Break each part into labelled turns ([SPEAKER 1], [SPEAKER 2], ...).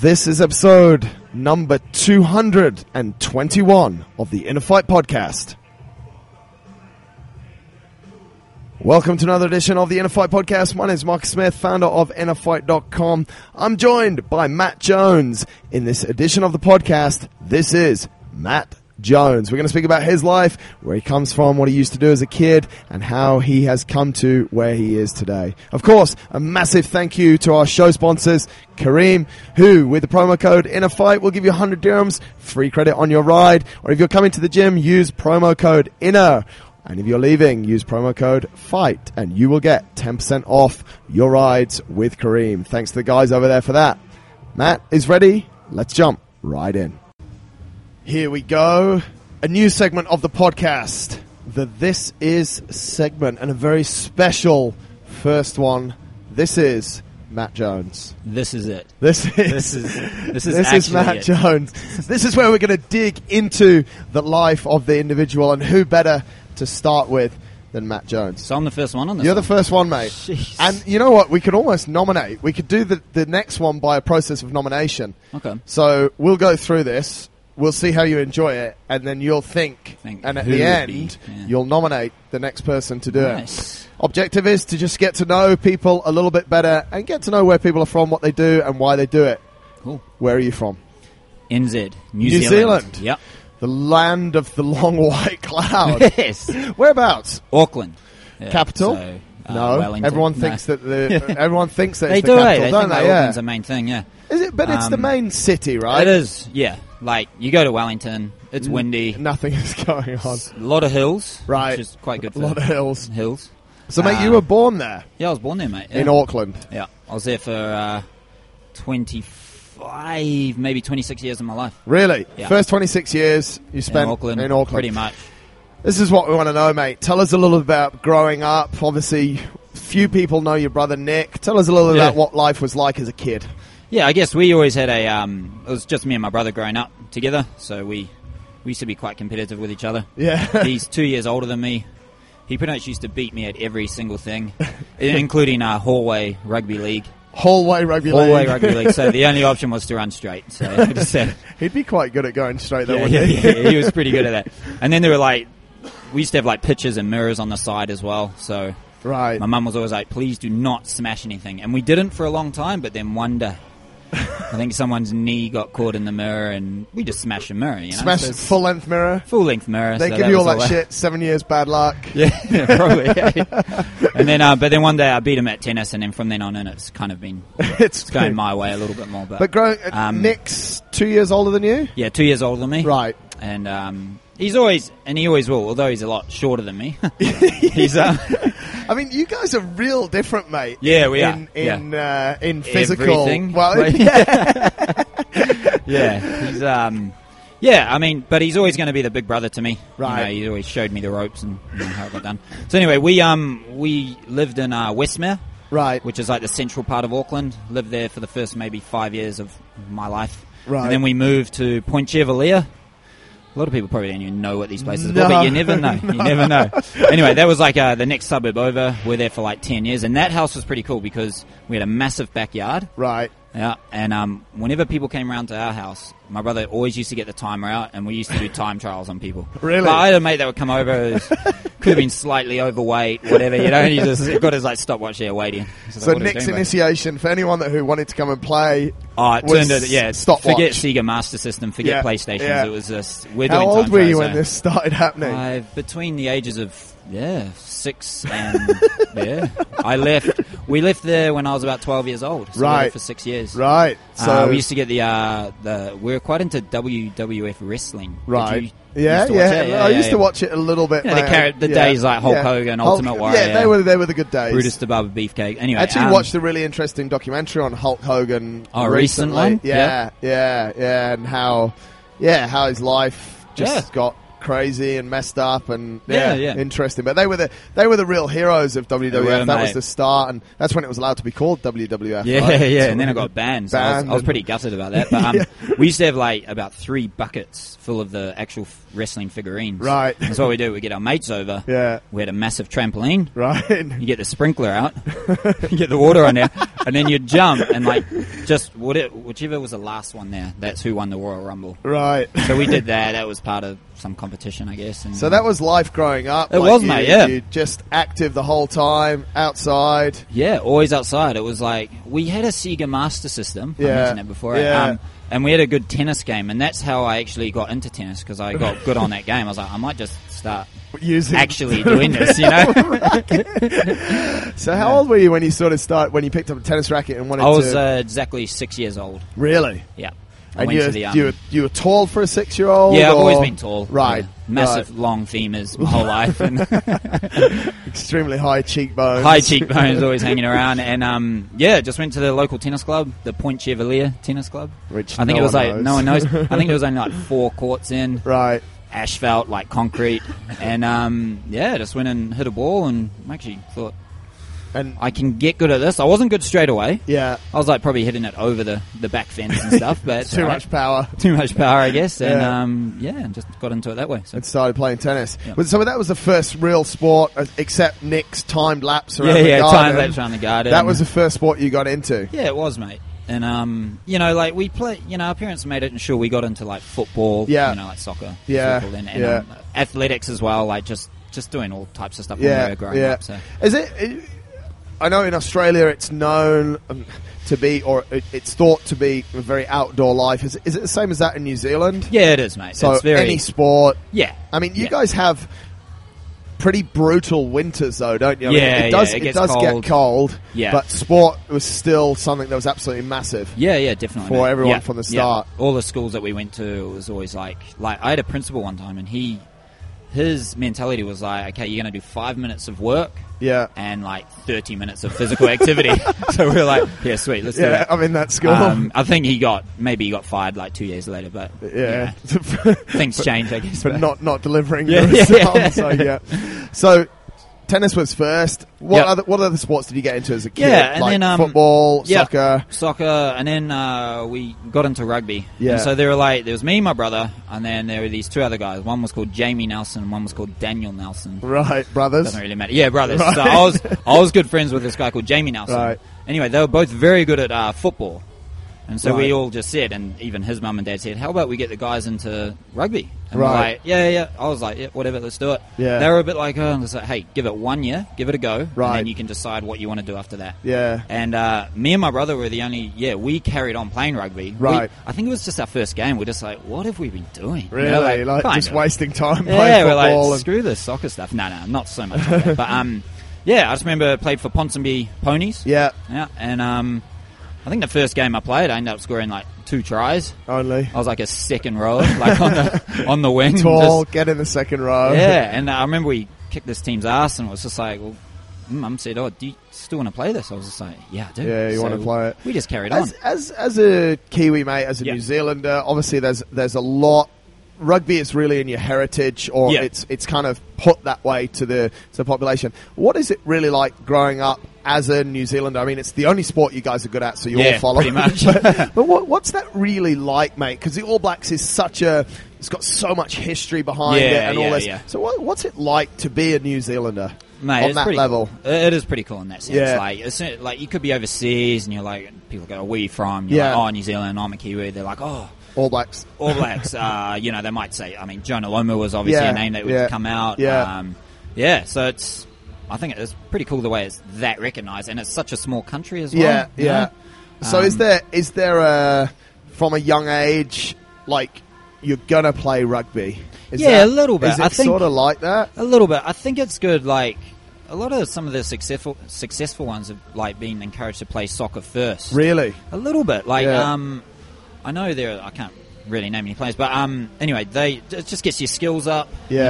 [SPEAKER 1] This is episode number 221 of the Inner Fight Podcast. Welcome to another edition of the Inner Fight Podcast. My name is Mark Smith, founder of InnerFight.com. I'm joined by Matt Jones. In this edition of the podcast, this is Matt Jones. We're going to speak about his life, where he comes from, what he used to do as a kid, and how he has come to where he is today. Of course, a massive thank you to our show sponsors, Kareem, who, with the promo code in a fight, will give you 100 dirhams, free credit on your ride, or if you're coming to the gym, use promo code INNER. And if you're leaving, use promo code FIGHT and you will get 10% off your rides with Kareem. Thanks to the guys over there for that. Matt is ready. Let's jump right in. Here we go. A new segment of the podcast, the This Is segment, and a very special first one. This is Matt Jones.
[SPEAKER 2] This is it.
[SPEAKER 1] This is
[SPEAKER 2] This is this is
[SPEAKER 1] this is
[SPEAKER 2] actually
[SPEAKER 1] Matt
[SPEAKER 2] it.
[SPEAKER 1] Jones. This is where we're going to dig into the life of the individual, and who better to start with than Matt Jones?
[SPEAKER 2] So I'm the first one on this.
[SPEAKER 1] You're the
[SPEAKER 2] one.
[SPEAKER 1] first one, mate.
[SPEAKER 2] Jeez.
[SPEAKER 1] And you know what? We could almost nominate. We could do the, the next one by a process of nomination.
[SPEAKER 2] Okay.
[SPEAKER 1] So we'll go through this. We'll see how you enjoy it, and then you'll think.
[SPEAKER 2] Think
[SPEAKER 1] and at
[SPEAKER 2] who
[SPEAKER 1] the
[SPEAKER 2] would be,
[SPEAKER 1] end,
[SPEAKER 2] yeah.
[SPEAKER 1] you'll nominate the next person to do
[SPEAKER 2] Nice.
[SPEAKER 1] it. Objective is to just get to know people a little bit better and get to know where people are from, what they do, and why they do it.
[SPEAKER 2] Cool.
[SPEAKER 1] Where are you from?
[SPEAKER 2] NZ, New,
[SPEAKER 1] New Zealand.
[SPEAKER 2] Yep.
[SPEAKER 1] The land of the long white cloud.
[SPEAKER 2] yes.
[SPEAKER 1] Whereabouts?
[SPEAKER 2] Auckland. Yeah,
[SPEAKER 1] Capital?
[SPEAKER 2] so, uh,
[SPEAKER 1] no,
[SPEAKER 2] Wellington.
[SPEAKER 1] everyone
[SPEAKER 2] No.
[SPEAKER 1] thinks that the everyone thinks that
[SPEAKER 2] they
[SPEAKER 1] it's
[SPEAKER 2] do.
[SPEAKER 1] the
[SPEAKER 2] eh?
[SPEAKER 1] capital,
[SPEAKER 2] They
[SPEAKER 1] don't they?
[SPEAKER 2] think that
[SPEAKER 1] Yeah.
[SPEAKER 2] Auckland's the main thing. Yeah.
[SPEAKER 1] Is it? But it's the
[SPEAKER 2] Um,
[SPEAKER 1] main city, right?
[SPEAKER 2] It is. Yeah. Like you go to Wellington, it's windy.
[SPEAKER 1] Nothing is going on.
[SPEAKER 2] A lot of hills.
[SPEAKER 1] Mm. Right.
[SPEAKER 2] Which is quite good.
[SPEAKER 1] A
[SPEAKER 2] For
[SPEAKER 1] lot of hills.
[SPEAKER 2] hills.
[SPEAKER 1] So, mate, you
[SPEAKER 2] Um,
[SPEAKER 1] were born there
[SPEAKER 2] Yeah, I was born there, mate. Yeah.
[SPEAKER 1] in Auckland.
[SPEAKER 2] Yeah, I was there for uh, 25, maybe 26 years of my life.
[SPEAKER 1] Really?
[SPEAKER 2] Yeah.
[SPEAKER 1] First 26 years you
[SPEAKER 2] In
[SPEAKER 1] spent
[SPEAKER 2] Auckland,
[SPEAKER 1] in Auckland.
[SPEAKER 2] pretty much.
[SPEAKER 1] This is what we want to know, mate. Tell us a little about growing up. Obviously, few people know your brother Nick. Tell us a little
[SPEAKER 2] Yeah.
[SPEAKER 1] about what life was like as a kid.
[SPEAKER 2] Yeah, I guess we always had a. Um, it was just me and my brother growing up together, so we we used to be quite competitive with each other.
[SPEAKER 1] Yeah.
[SPEAKER 2] He's two years older than me. He pretty much used to beat me at every single thing, i- including uh, hallway rugby league.
[SPEAKER 1] Hallway rugby
[SPEAKER 2] Hallway
[SPEAKER 1] league.
[SPEAKER 2] rugby league. So the only option was to run straight. So I just said,
[SPEAKER 1] He'd be quite good at going straight there,
[SPEAKER 2] yeah, yeah,
[SPEAKER 1] wouldn't he?
[SPEAKER 2] yeah, he was pretty good at that. And then there were like, we used to have like pictures and mirrors on the side as well. So
[SPEAKER 1] Right.
[SPEAKER 2] my mum was always like, please do not smash anything. And we didn't for a long time, but then one day, I think someone's knee got caught in the mirror and we just smashed a mirror, you know?
[SPEAKER 1] Smash
[SPEAKER 2] So it's
[SPEAKER 1] full length mirror.
[SPEAKER 2] full length mirror.
[SPEAKER 1] They
[SPEAKER 2] so
[SPEAKER 1] give you all that
[SPEAKER 2] was
[SPEAKER 1] shit. Seven years bad luck.
[SPEAKER 2] Yeah, probably. yeah. and then, uh, but then one day I beat him at tennis, and then from then on in, it's kind of been
[SPEAKER 1] it's
[SPEAKER 2] it's going
[SPEAKER 1] good.
[SPEAKER 2] my way a little bit more. But,
[SPEAKER 1] But growing, uh,
[SPEAKER 2] Um,
[SPEAKER 1] Nick's two years older than you,
[SPEAKER 2] yeah, two years older than me,
[SPEAKER 1] right?
[SPEAKER 2] And um, he's always, and he always will, although he's a lot shorter than me. he's uh,
[SPEAKER 1] I mean, you guys are real different, mate.
[SPEAKER 2] Yeah, we
[SPEAKER 1] in,
[SPEAKER 2] are. Yeah.
[SPEAKER 1] In uh, in physical.
[SPEAKER 2] Everything.
[SPEAKER 1] Well,
[SPEAKER 2] Like-
[SPEAKER 1] yeah,
[SPEAKER 2] yeah, he's um, yeah. I mean, but he's always going to be the big brother to me. You
[SPEAKER 1] Right.
[SPEAKER 2] know, he always showed me the ropes and you know, how it got done. So anyway, we um, we lived in uh, Westmere,
[SPEAKER 1] right.
[SPEAKER 2] which is like the central part of Auckland. Lived there for the first maybe five years of my life.
[SPEAKER 1] Right.
[SPEAKER 2] And then we moved to Point Chevalier. A lot of people probably don't even know what these places
[SPEAKER 1] No.
[SPEAKER 2] are, but you never know. You never know. anyway, that was like uh, the next suburb over. We're there for like 10 years. And that house was pretty cool because we had a massive backyard.
[SPEAKER 1] Right.
[SPEAKER 2] Yeah, and um, whenever people came round to our house, my brother always used to get the timer out, and we used to do time trials on people.
[SPEAKER 1] Really?
[SPEAKER 2] But I had a mate that would come over, who's- could have been slightly overweight, whatever, you know, and he just got his like stopwatch there waiting. He's like,
[SPEAKER 1] So
[SPEAKER 2] "What are we
[SPEAKER 1] Nick's
[SPEAKER 2] doing, bro?"
[SPEAKER 1] initiation for anyone that who wanted to come and play.
[SPEAKER 2] Oh, it
[SPEAKER 1] was
[SPEAKER 2] turned it, yeah.
[SPEAKER 1] stopwatch.
[SPEAKER 2] Forget Sega Master System, forget
[SPEAKER 1] Yeah,
[SPEAKER 2] PlayStations.
[SPEAKER 1] yeah.
[SPEAKER 2] It was just we're
[SPEAKER 1] How
[SPEAKER 2] doing
[SPEAKER 1] old
[SPEAKER 2] time
[SPEAKER 1] were
[SPEAKER 2] trials,
[SPEAKER 1] you
[SPEAKER 2] so-
[SPEAKER 1] when this started happening?
[SPEAKER 2] I between the ages of yeah six and yeah, I left. We left there when I was about twelve years old. So we were there
[SPEAKER 1] Right.
[SPEAKER 2] for six years.
[SPEAKER 1] right. So
[SPEAKER 2] uh, we used to get the uh, the we were quite into WWF wrestling. Did
[SPEAKER 1] right.
[SPEAKER 2] you-
[SPEAKER 1] yeah,
[SPEAKER 2] used to watch
[SPEAKER 1] yeah.
[SPEAKER 2] it?
[SPEAKER 1] I used to watch it a little bit.
[SPEAKER 2] Yeah, the
[SPEAKER 1] mate.
[SPEAKER 2] carrot- the days like Hulk Hogan, Ultimate Warrior.
[SPEAKER 1] Yeah, they were they were the good days.
[SPEAKER 2] Brutus the Barber Beefcake. Anyway,
[SPEAKER 1] I actually
[SPEAKER 2] um,
[SPEAKER 1] watched a really interesting documentary on Hulk Hogan.
[SPEAKER 2] Oh, a recent one?
[SPEAKER 1] Yeah, yeah, yeah, and how, yeah, how his life just
[SPEAKER 2] Yeah.
[SPEAKER 1] got crazy and messed up, and yeah,
[SPEAKER 2] Yeah, yeah.
[SPEAKER 1] interesting. But they were the they were the real heroes of WWF.
[SPEAKER 2] were,
[SPEAKER 1] that was
[SPEAKER 2] mate.
[SPEAKER 1] the start, and that's when it was allowed to be called WWF.
[SPEAKER 2] Yeah,
[SPEAKER 1] right?
[SPEAKER 2] yeah,
[SPEAKER 1] So
[SPEAKER 2] and then I
[SPEAKER 1] when
[SPEAKER 2] got
[SPEAKER 1] the
[SPEAKER 2] banned. So I, was,
[SPEAKER 1] band
[SPEAKER 2] I was
[SPEAKER 1] and-
[SPEAKER 2] pretty gutted about that. But um, we used to have like about three buckets full of the actual f- wrestling figurines.
[SPEAKER 1] Right.
[SPEAKER 2] That's what we do. We get our mates over.
[SPEAKER 1] Yeah.
[SPEAKER 2] We had a massive trampoline.
[SPEAKER 1] Right.
[SPEAKER 2] You get the sprinkler out. you get the water on there, and then you'd jump and like just what it, whichever was the last one there, that's who won the Royal Rumble.
[SPEAKER 1] Right.
[SPEAKER 2] So we did that. That was part of some competition, I guess. And
[SPEAKER 1] So that was life growing up.
[SPEAKER 2] It was,
[SPEAKER 1] you,
[SPEAKER 2] mate, yeah.
[SPEAKER 1] You just active the whole time, outside.
[SPEAKER 2] Yeah, always outside. It was like we had a Sega Master System. I
[SPEAKER 1] Yeah.
[SPEAKER 2] mentioned that before.
[SPEAKER 1] Yeah.
[SPEAKER 2] Um, and we had a good tennis game, and that's how I actually got into tennis because I got good on that game. I was like, I might just start
[SPEAKER 1] Using
[SPEAKER 2] actually doing this, you know.
[SPEAKER 1] So how old were you when you sort of start when you picked up a tennis racket and wanted
[SPEAKER 2] I was
[SPEAKER 1] to
[SPEAKER 2] uh, exactly six years old.
[SPEAKER 1] really?
[SPEAKER 2] Yeah, I
[SPEAKER 1] And
[SPEAKER 2] went
[SPEAKER 1] you
[SPEAKER 2] to
[SPEAKER 1] were,
[SPEAKER 2] the
[SPEAKER 1] you,
[SPEAKER 2] um,
[SPEAKER 1] were, you were tall for a six year old.
[SPEAKER 2] yeah. I've always been tall.
[SPEAKER 1] Right.
[SPEAKER 2] Yeah. massive
[SPEAKER 1] right.
[SPEAKER 2] long femurs my whole life, and
[SPEAKER 1] extremely high cheekbones.
[SPEAKER 2] high cheekbones always hanging around. And um, yeah, just went to the local tennis club, the Point Chevalier Tennis Club.
[SPEAKER 1] Which
[SPEAKER 2] I think
[SPEAKER 1] no
[SPEAKER 2] it was
[SPEAKER 1] one
[SPEAKER 2] like
[SPEAKER 1] knows.
[SPEAKER 2] no one knows. I think there was only like four courts in.
[SPEAKER 1] Right.
[SPEAKER 2] asphalt, like concrete. and um, yeah, just went and hit a ball and I actually thought,
[SPEAKER 1] And
[SPEAKER 2] I can get good at this. I wasn't good straight away.
[SPEAKER 1] yeah,
[SPEAKER 2] I was like probably hitting it over the, the back fence and stuff, but uh,
[SPEAKER 1] too much power.
[SPEAKER 2] too much power, I guess. And
[SPEAKER 1] Yeah.
[SPEAKER 2] yeah. um, yeah, just got into it that way. So
[SPEAKER 1] And started playing tennis.
[SPEAKER 2] Yeah.
[SPEAKER 1] But- So that was the first real sport, uh, except Nick's timed lapse around
[SPEAKER 2] yeah,
[SPEAKER 1] the
[SPEAKER 2] yeah, time
[SPEAKER 1] garden.
[SPEAKER 2] lapse around the garden.
[SPEAKER 1] That was the first sport you got into.
[SPEAKER 2] yeah, it was, mate. And um, you know, like we play, you know, our parents made it sure we got into like football,
[SPEAKER 1] Yeah.
[SPEAKER 2] you know, like soccer,
[SPEAKER 1] Yeah,
[SPEAKER 2] football, and, and
[SPEAKER 1] yeah.
[SPEAKER 2] um, athletics as well, like just just doing all types of stuff when we
[SPEAKER 1] Yeah,
[SPEAKER 2] were growing
[SPEAKER 1] yeah.
[SPEAKER 2] up. So
[SPEAKER 1] Is it? it- I know in Australia it's known um, to be, or it, it's thought to be, a very outdoor life. Is, is it the same as that in New Zealand?
[SPEAKER 2] yeah, it is, mate.
[SPEAKER 1] So
[SPEAKER 2] it's very
[SPEAKER 1] any sport.
[SPEAKER 2] Yeah.
[SPEAKER 1] I mean, you
[SPEAKER 2] Yeah.
[SPEAKER 1] guys have pretty brutal winters, though, don't you? I mean,
[SPEAKER 2] Yeah,
[SPEAKER 1] it does.
[SPEAKER 2] yeah, it gets
[SPEAKER 1] does
[SPEAKER 2] cold.
[SPEAKER 1] get cold.
[SPEAKER 2] Yeah.
[SPEAKER 1] but sport was still something that was absolutely massive.
[SPEAKER 2] Yeah, yeah, definitely.
[SPEAKER 1] For
[SPEAKER 2] mate.
[SPEAKER 1] everyone
[SPEAKER 2] Yeah,
[SPEAKER 1] from the
[SPEAKER 2] yeah.
[SPEAKER 1] start.
[SPEAKER 2] All the schools that we went to it was always like like I had a principal one time and he his mentality was like, Okay, you're gonna do five minutes of work
[SPEAKER 1] Yeah,
[SPEAKER 2] and like thirty minutes of physical activity. so we were like, Yeah, sweet, let's
[SPEAKER 1] yeah.
[SPEAKER 2] do
[SPEAKER 1] I'm in that school.
[SPEAKER 2] that. Um, I think he got maybe he got fired like two years later, but
[SPEAKER 1] yeah,
[SPEAKER 2] yeah, things change I guess.
[SPEAKER 1] for
[SPEAKER 2] but-
[SPEAKER 1] not not delivering
[SPEAKER 2] Yeah,
[SPEAKER 1] the
[SPEAKER 2] yeah,
[SPEAKER 1] results.
[SPEAKER 2] yeah.
[SPEAKER 1] So yeah, so tennis was first. What
[SPEAKER 2] Yep.
[SPEAKER 1] other what other sports did you get into as a kid?
[SPEAKER 2] Yeah, and
[SPEAKER 1] like
[SPEAKER 2] then, um,
[SPEAKER 1] football,
[SPEAKER 2] yeah.
[SPEAKER 1] soccer.
[SPEAKER 2] soccer, and then uh, we got into rugby.
[SPEAKER 1] Yeah.
[SPEAKER 2] And so there were like there was me, my brother, and then there were these two other guys. One was called Jamie Nelson, and one was called Daniel Nelson.
[SPEAKER 1] Right, brothers.
[SPEAKER 2] Doesn't really matter. Yeah, brothers.
[SPEAKER 1] Right.
[SPEAKER 2] So I was I was good friends with this guy called Jamie Nelson.
[SPEAKER 1] Right.
[SPEAKER 2] Anyway, they were both very good at uh, football, and so
[SPEAKER 1] Right.
[SPEAKER 2] we all just said, and even his mum and dad said, "How about we get the guys into rugby?" And
[SPEAKER 1] Right.
[SPEAKER 2] We're like, yeah, yeah. yeah." I was like, "Yeah, whatever, let's do it."
[SPEAKER 1] Yeah.
[SPEAKER 2] They were a bit like, "Oh, and it's like, hey, give it one year, give it a go,
[SPEAKER 1] Right.
[SPEAKER 2] And then you can decide what you want to do after that."
[SPEAKER 1] Yeah,
[SPEAKER 2] And uh, me and my brother were the only. Yeah, we carried on playing rugby. We-
[SPEAKER 1] Right.
[SPEAKER 2] I think it was just our first game. We're just like, what have we been doing? You know,
[SPEAKER 1] really. like
[SPEAKER 2] kind
[SPEAKER 1] just
[SPEAKER 2] of.
[SPEAKER 1] wasting time
[SPEAKER 2] Yeah,
[SPEAKER 1] playing
[SPEAKER 2] we're like,
[SPEAKER 1] football. and,
[SPEAKER 2] screw the soccer stuff. No, no, not so much. Like that. But um, yeah, I just remember I played for Ponsonby Ponies.
[SPEAKER 1] yeah,
[SPEAKER 2] Yeah, and um, I think the first game I played, I ended up scoring like two tries.
[SPEAKER 1] only
[SPEAKER 2] I was like a second rower, like on the on the wing.
[SPEAKER 1] tall.
[SPEAKER 2] just-
[SPEAKER 1] get in the second row.
[SPEAKER 2] yeah, and I remember we kicked this team's ass, and it was just like, well, Mum said, "Oh, do you still want to play this?" I was just like, "Yeah, I do."
[SPEAKER 1] Yeah, you
[SPEAKER 2] So
[SPEAKER 1] wanna play it.
[SPEAKER 2] We just carried on.
[SPEAKER 1] As, as as a Kiwi mate, as a
[SPEAKER 2] Yeah.
[SPEAKER 1] New Zealander, obviously there's there's a lot. Rugby is really in your heritage, or
[SPEAKER 2] Yeah.
[SPEAKER 1] it's it's kind of put that way to the to the population. What is it really like growing up as a New Zealander? I mean, it's the only sport you guys are good at, so you
[SPEAKER 2] Yeah,
[SPEAKER 1] all follow.
[SPEAKER 2] pretty much.
[SPEAKER 1] but but what, what's that really like, mate? Because the All Blacks is such a it's got so much history behind it
[SPEAKER 2] Yeah,
[SPEAKER 1] and all
[SPEAKER 2] yeah,
[SPEAKER 1] this.
[SPEAKER 2] yeah.
[SPEAKER 1] So what, what's it like to be a New Zealander
[SPEAKER 2] Mate,
[SPEAKER 1] on
[SPEAKER 2] it's
[SPEAKER 1] that
[SPEAKER 2] pretty
[SPEAKER 1] level?
[SPEAKER 2] Cool. It it is pretty cool in that sense.
[SPEAKER 1] Yeah.
[SPEAKER 2] Like, it's, uh, like you could be overseas and you're like, people go, "Where you from?" You're
[SPEAKER 1] Yeah.
[SPEAKER 2] like, "Oh, New Zealand. I'm a Kiwi." They're like, "Oh,
[SPEAKER 1] All Blacks,
[SPEAKER 2] All Blacks." uh, you know, they might say. I mean, Jonah Lomu was obviously
[SPEAKER 1] Yeah,
[SPEAKER 2] a name that would
[SPEAKER 1] yeah,
[SPEAKER 2] come out.
[SPEAKER 1] yeah.
[SPEAKER 2] um, yeah. So it's, I think it's pretty cool the way it's that recognised, and it's such a small country as well.
[SPEAKER 1] Yeah,
[SPEAKER 2] you
[SPEAKER 1] yeah.
[SPEAKER 2] know?
[SPEAKER 1] So is
[SPEAKER 2] Um,
[SPEAKER 1] there is there a from a young age like you're gonna play rugby? Is
[SPEAKER 2] Yeah, a little bit.
[SPEAKER 1] Is it
[SPEAKER 2] I think-
[SPEAKER 1] sort of like that?
[SPEAKER 2] A little bit. I think it's good. Like a lot of some of the successful successful ones have like been encouraged to play soccer first.
[SPEAKER 1] Really?
[SPEAKER 2] A little bit. Like
[SPEAKER 1] Yeah.
[SPEAKER 2] um, I know there. I can't really name any players, but um, anyway, they it just gets your skills up.
[SPEAKER 1] Yeah.
[SPEAKER 2] You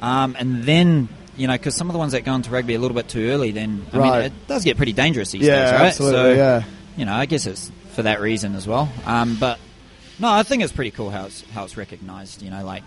[SPEAKER 2] know, um, and then. You know, because some of the ones that go into rugby a little bit too early, then I
[SPEAKER 1] Right.
[SPEAKER 2] mean, it does get pretty dangerous these
[SPEAKER 1] Yeah,
[SPEAKER 2] days, right?
[SPEAKER 1] absolutely,
[SPEAKER 2] so,
[SPEAKER 1] yeah.
[SPEAKER 2] you know, I guess it's for that reason as well. Um, but no, I think it's pretty cool how it's how it's recognised. You know, like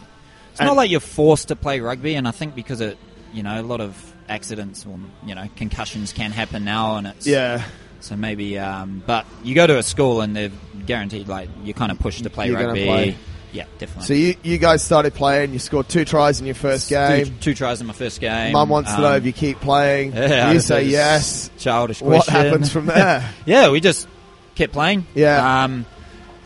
[SPEAKER 2] it's
[SPEAKER 1] And-
[SPEAKER 2] not like you're forced to play rugby, and I think because it, you know, a lot of accidents or you know concussions can happen now, and it's
[SPEAKER 1] Yeah.
[SPEAKER 2] So maybe, um, but you go to a school and they're guaranteed like you're kind of pushed to play
[SPEAKER 1] You're gonna
[SPEAKER 2] rugby.
[SPEAKER 1] play.
[SPEAKER 2] Yeah, definitely.
[SPEAKER 1] So you, you guys started playing. You scored two tries in your first
[SPEAKER 2] Two-
[SPEAKER 1] game.
[SPEAKER 2] Two, tries in my first game.
[SPEAKER 1] Mum wants to
[SPEAKER 2] Um,
[SPEAKER 1] know if you keep playing.
[SPEAKER 2] yeah,
[SPEAKER 1] you
[SPEAKER 2] it's
[SPEAKER 1] say
[SPEAKER 2] a
[SPEAKER 1] yes.
[SPEAKER 2] Childish question.
[SPEAKER 1] What happens from there?
[SPEAKER 2] Yeah, we just kept playing.
[SPEAKER 1] Yeah.
[SPEAKER 2] Um,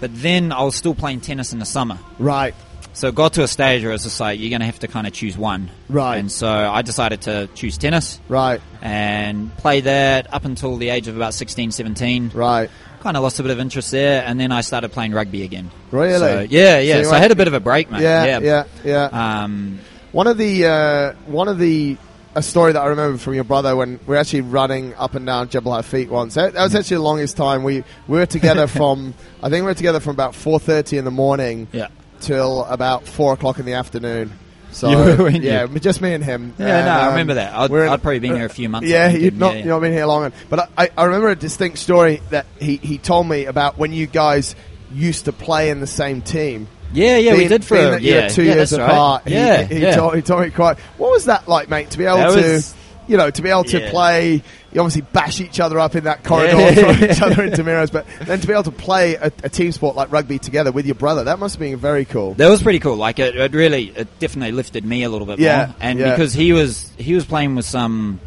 [SPEAKER 2] but then I was still playing tennis in the summer.
[SPEAKER 1] right.
[SPEAKER 2] So it got to a stage where it's just like you're going to have to kind of choose one.
[SPEAKER 1] Right.
[SPEAKER 2] And so I decided to choose tennis
[SPEAKER 1] Right.
[SPEAKER 2] and play that up until the age of about 16, 17.
[SPEAKER 1] Right.
[SPEAKER 2] Kind of lost a bit of interest there, and then I started playing rugby again.
[SPEAKER 1] Really?
[SPEAKER 2] So, yeah, yeah.
[SPEAKER 1] So you
[SPEAKER 2] So, I
[SPEAKER 1] went-
[SPEAKER 2] had a bit of a break, mate.
[SPEAKER 1] Yeah. Yeah. Yeah.
[SPEAKER 2] Um,
[SPEAKER 1] One of the uh, one of the a story that I remember from your brother when we were actually running up and down Jebel Hafit once. That, that was
[SPEAKER 2] Mm.
[SPEAKER 1] actually the longest time we we were together from. I think we were together from about four thirty in the morning
[SPEAKER 2] yeah.
[SPEAKER 1] till about four o'clock in the afternoon. So
[SPEAKER 2] You were, weren't
[SPEAKER 1] yeah,
[SPEAKER 2] you?
[SPEAKER 1] but just me and him.
[SPEAKER 2] Yeah,
[SPEAKER 1] And,
[SPEAKER 2] no, I
[SPEAKER 1] um,
[SPEAKER 2] remember that. I'd,
[SPEAKER 1] we're in-
[SPEAKER 2] I'd probably been here a few months.
[SPEAKER 1] Yeah,
[SPEAKER 2] I think,
[SPEAKER 1] you've
[SPEAKER 2] and-
[SPEAKER 1] not
[SPEAKER 2] yeah,
[SPEAKER 1] you know been here long, and- but I, I, I remember a distinct story that he, he told me about when you guys used to play in the same team.
[SPEAKER 2] Yeah, yeah, we
[SPEAKER 1] Being-
[SPEAKER 2] did for
[SPEAKER 1] being
[SPEAKER 2] a,
[SPEAKER 1] that
[SPEAKER 2] yeah,
[SPEAKER 1] you were two
[SPEAKER 2] yeah,
[SPEAKER 1] years
[SPEAKER 2] that's right.
[SPEAKER 1] apart. He,
[SPEAKER 2] Yeah,
[SPEAKER 1] he,
[SPEAKER 2] yeah.
[SPEAKER 1] Told, he told me quite. What was that like, mate? To be able
[SPEAKER 2] That
[SPEAKER 1] to,
[SPEAKER 2] was-
[SPEAKER 1] you know, to be able to
[SPEAKER 2] Yeah.
[SPEAKER 1] play. You obviously bash each other up in that corridor,
[SPEAKER 2] Yeah.
[SPEAKER 1] throw each other into mirrors, but then to be able to play a, a team sport like rugby together with your brother, that must have been very cool.
[SPEAKER 2] That was pretty cool. Like it, it really, it definitely lifted me a little bit
[SPEAKER 1] Yeah,
[SPEAKER 2] more. And
[SPEAKER 1] yeah.
[SPEAKER 2] because he was he was playing with some,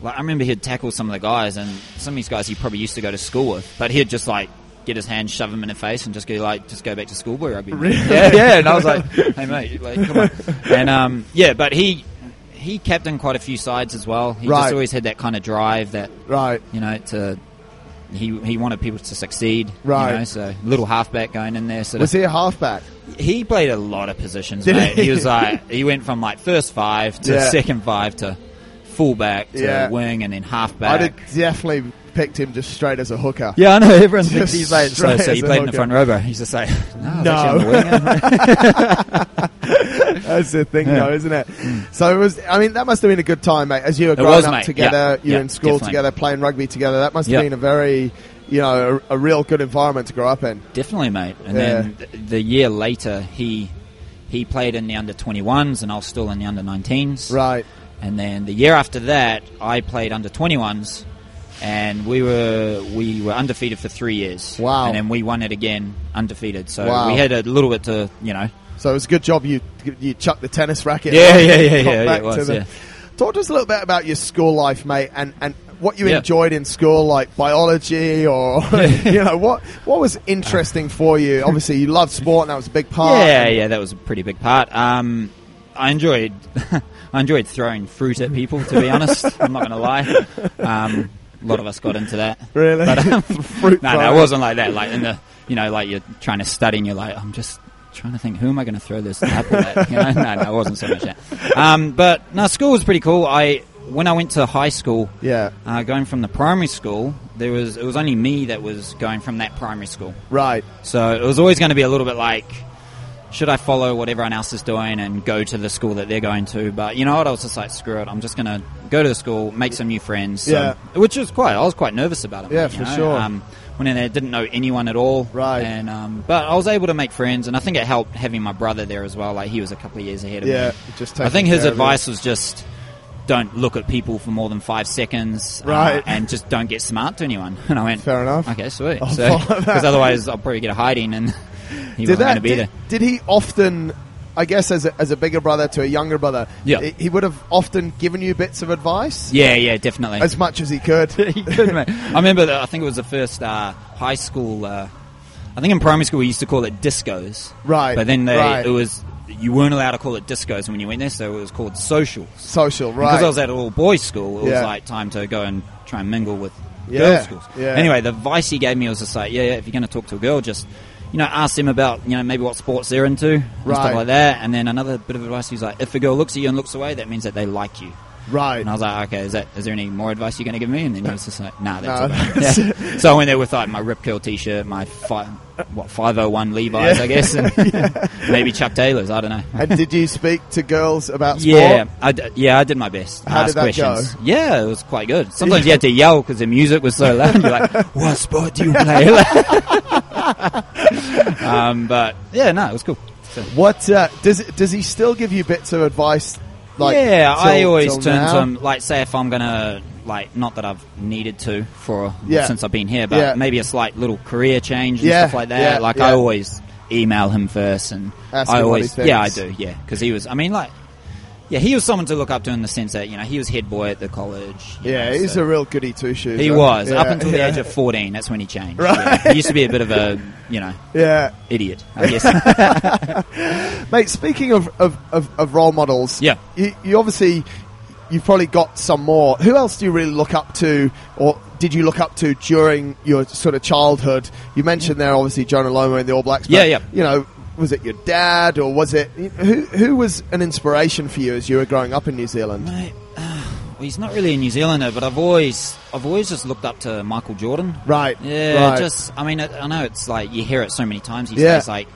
[SPEAKER 2] like I remember he'd tackle some of the guys, and some of these guys he probably used to go to school with, but he'd just like get his hand, shove him in the face, and just go like just go back to schoolboy rugby. Really? Yeah, yeah. And I was like, hey mate, like come on. And um, yeah, but he he captained quite a few sides as well. He
[SPEAKER 1] Right.
[SPEAKER 2] just always had that kind of drive that
[SPEAKER 1] Right.
[SPEAKER 2] you know to. He, he wanted people to succeed,
[SPEAKER 1] Right.
[SPEAKER 2] You know, so little halfback going in there. Sort of
[SPEAKER 1] Was he a halfback?
[SPEAKER 2] he played a lot of positions.
[SPEAKER 1] Did
[SPEAKER 2] mate.
[SPEAKER 1] he?
[SPEAKER 2] He was like he went from like first five to
[SPEAKER 1] Yeah.
[SPEAKER 2] second five to fullback to
[SPEAKER 1] Yeah.
[SPEAKER 2] wing and then halfback.
[SPEAKER 1] I'd have definitely picked him just straight as a hooker.
[SPEAKER 2] yeah, I know everyone
[SPEAKER 1] Just
[SPEAKER 2] thinks he's like so,
[SPEAKER 1] straight
[SPEAKER 2] so
[SPEAKER 1] as
[SPEAKER 2] he
[SPEAKER 1] a
[SPEAKER 2] played in the
[SPEAKER 1] hooker.
[SPEAKER 2] front row, bro. He's just like no,
[SPEAKER 1] No.
[SPEAKER 2] I was actually on the wing.
[SPEAKER 1] That's the thing, though, isn't it? So it was. I mean, that must have been a good time, mate. As you were
[SPEAKER 2] Mm. It
[SPEAKER 1] growing
[SPEAKER 2] was,
[SPEAKER 1] up
[SPEAKER 2] mate.
[SPEAKER 1] together,
[SPEAKER 2] Yeah.
[SPEAKER 1] you were
[SPEAKER 2] Yeah,
[SPEAKER 1] in school
[SPEAKER 2] definitely.
[SPEAKER 1] together, playing rugby together. That must have
[SPEAKER 2] Yeah.
[SPEAKER 1] been a very, you know, a, a real good environment to grow up in.
[SPEAKER 2] Definitely, mate. And
[SPEAKER 1] Yeah.
[SPEAKER 2] then th- the year later, he he played in the under twenty ones, and I was still in the under nineteens.
[SPEAKER 1] Right.
[SPEAKER 2] And then the year after that, I played under 21s, and we were we were undefeated for three years.
[SPEAKER 1] Wow.
[SPEAKER 2] And then we won it again, undefeated. So
[SPEAKER 1] Wow.
[SPEAKER 2] we had a little bit to you know.
[SPEAKER 1] So it was a good job you you chucked the tennis racket.
[SPEAKER 2] Yeah,
[SPEAKER 1] and
[SPEAKER 2] yeah, yeah,
[SPEAKER 1] got
[SPEAKER 2] yeah, yeah,
[SPEAKER 1] back
[SPEAKER 2] it
[SPEAKER 1] to
[SPEAKER 2] was,
[SPEAKER 1] the-
[SPEAKER 2] yeah.
[SPEAKER 1] Talk to us a little bit about your school life, mate, and and what you
[SPEAKER 2] Yeah.
[SPEAKER 1] enjoyed in school, like biology or you know what what was interesting for you. Obviously, you loved sport, and that was a big part.
[SPEAKER 2] yeah, yeah, that was a pretty big part. Um, I enjoyed I enjoyed throwing fruit at people. To be honest, I'm not going to lie. Um, a lot of us got into that.
[SPEAKER 1] Really?
[SPEAKER 2] But, um,
[SPEAKER 1] Fruit
[SPEAKER 2] no, no,
[SPEAKER 1] throwing.
[SPEAKER 2] it wasn't like that. Like in the, you know, like you're trying to study and you're like, I'm just trying to think, who am I going to throw this apple at? You know, no, no, it wasn't so much that. Um, but no, school was pretty cool. I when I went to high school,
[SPEAKER 1] Yeah.
[SPEAKER 2] uh, going from the primary school, there was it was only me that was going from that primary school.
[SPEAKER 1] Right.
[SPEAKER 2] So it was always going to be a little bit like, should I follow what everyone else is doing and go to the school that they're going to? But you know what? I was just like, screw it. I'm just going to go to the school, make some new friends. So-
[SPEAKER 1] Yeah.
[SPEAKER 2] Which was quite, I was quite nervous about it.
[SPEAKER 1] Yeah,
[SPEAKER 2] you
[SPEAKER 1] for
[SPEAKER 2] know?
[SPEAKER 1] sure.
[SPEAKER 2] Um, went in there, didn't know anyone at all.
[SPEAKER 1] Right.
[SPEAKER 2] And, um, but I was able to make friends, and I think it helped having my brother there as well. Like, he was a couple of years ahead of
[SPEAKER 1] Yeah.
[SPEAKER 2] me.
[SPEAKER 1] Just
[SPEAKER 2] I
[SPEAKER 1] taking
[SPEAKER 2] think his
[SPEAKER 1] care of it.
[SPEAKER 2] advice was just don't look at people for more than five seconds, uh,
[SPEAKER 1] Right.
[SPEAKER 2] and just don't get smart to anyone. And I went,
[SPEAKER 1] Fair enough.
[SPEAKER 2] okay, sweet.
[SPEAKER 1] I'll follow that.
[SPEAKER 2] Because otherwise, I'll probably get a hiding, and he
[SPEAKER 1] did
[SPEAKER 2] wasn't going
[SPEAKER 1] that?
[SPEAKER 2] to be
[SPEAKER 1] Did,
[SPEAKER 2] there.
[SPEAKER 1] did he often? I guess as a, as a bigger brother to a younger brother,
[SPEAKER 2] Yeah.
[SPEAKER 1] he- he would have often given you bits of advice
[SPEAKER 2] Yeah, yeah, definitely.
[SPEAKER 1] as much as he could.
[SPEAKER 2] he could, mate. I remember. The, I think it was the first uh, high school. Uh, I think in primary school we used to call it discos.
[SPEAKER 1] Right,
[SPEAKER 2] But then they,
[SPEAKER 1] right.
[SPEAKER 2] it was you weren't allowed to call it discos when you went there, so it was called socials.
[SPEAKER 1] Social, right?
[SPEAKER 2] Because I was at all boys school, it was
[SPEAKER 1] Yeah.
[SPEAKER 2] like time to go and try and mingle with
[SPEAKER 1] Yeah,
[SPEAKER 2] girls' schools.
[SPEAKER 1] yeah.
[SPEAKER 2] Anyway, the advice he gave me was just like, yeah, yeah, if you're going to talk to a girl, just you know, ask them about you know maybe what sports they're into and
[SPEAKER 1] Right.
[SPEAKER 2] stuff like that. And then another bit of advice he was like, if a girl looks at you and looks away, that means that they like you.
[SPEAKER 1] right.
[SPEAKER 2] And I was like, okay, is that is there any more advice you're going to give me? And then he was just like, nah, that's
[SPEAKER 1] No,
[SPEAKER 2] all right. Yeah. So I went there with like my Rip Curl t-shirt, my fi- what 501 Levi's, I guess, and maybe Chuck Taylors. I don't know.
[SPEAKER 1] and did you speak to girls about sport?
[SPEAKER 2] Yeah, I d- yeah, I did my best.
[SPEAKER 1] How
[SPEAKER 2] Ask
[SPEAKER 1] did that go?
[SPEAKER 2] questions. Yeah, it was quite good. Sometimes you had to yell because the music was so loud. You're like, "What sport do you play?" um, but yeah, no, it was cool. So-
[SPEAKER 1] What uh, does does he still give you bits of advice? Like
[SPEAKER 2] yeah, I
[SPEAKER 1] till-
[SPEAKER 2] always
[SPEAKER 1] till
[SPEAKER 2] turn
[SPEAKER 1] now?
[SPEAKER 2] to 'em, like say if I'm gonna like not that I've needed to for
[SPEAKER 1] Yeah.
[SPEAKER 2] since I've been here, but
[SPEAKER 1] Yeah.
[SPEAKER 2] maybe a slight little career change and
[SPEAKER 1] Yeah,
[SPEAKER 2] stuff like that.
[SPEAKER 1] yeah,
[SPEAKER 2] like
[SPEAKER 1] yeah.
[SPEAKER 2] I always email him first, and
[SPEAKER 1] Ask him
[SPEAKER 2] I
[SPEAKER 1] what
[SPEAKER 2] always
[SPEAKER 1] he
[SPEAKER 2] yeah I
[SPEAKER 1] thinks.
[SPEAKER 2] do yeah because he was I mean like yeah he was someone to look up to in the sense that you know he was head boy at the college. you
[SPEAKER 1] Yeah,
[SPEAKER 2] know,
[SPEAKER 1] he's
[SPEAKER 2] so-
[SPEAKER 1] a real goody two shoes.
[SPEAKER 2] he was up until the
[SPEAKER 1] yeah,
[SPEAKER 2] age of fourteen. That's when he changed.
[SPEAKER 1] Right.
[SPEAKER 2] yeah. He used to be a bit of a you know
[SPEAKER 1] Yeah,
[SPEAKER 2] idiot. I guess.
[SPEAKER 1] mate. Speaking of of, of, of role models,
[SPEAKER 2] Yeah.
[SPEAKER 1] you, you obviously you've probably got some more. Who else do you really look up to, or did you look up to during your sort of childhood? You mentioned there obviously Jonah Lomu and the All Blacks. but,
[SPEAKER 2] Yeah, yeah.
[SPEAKER 1] You know, was it your dad or was it who? Who was an inspiration for you as you were growing up in New Zealand?
[SPEAKER 2] Mate, ah, well, he's not really a New Zealander, but I've always I've always just looked up to Michael Jordan.
[SPEAKER 1] Right.
[SPEAKER 2] Yeah,
[SPEAKER 1] right.
[SPEAKER 2] just I mean, it, I know it's like you hear it so many times these
[SPEAKER 1] Yeah.
[SPEAKER 2] days. Like,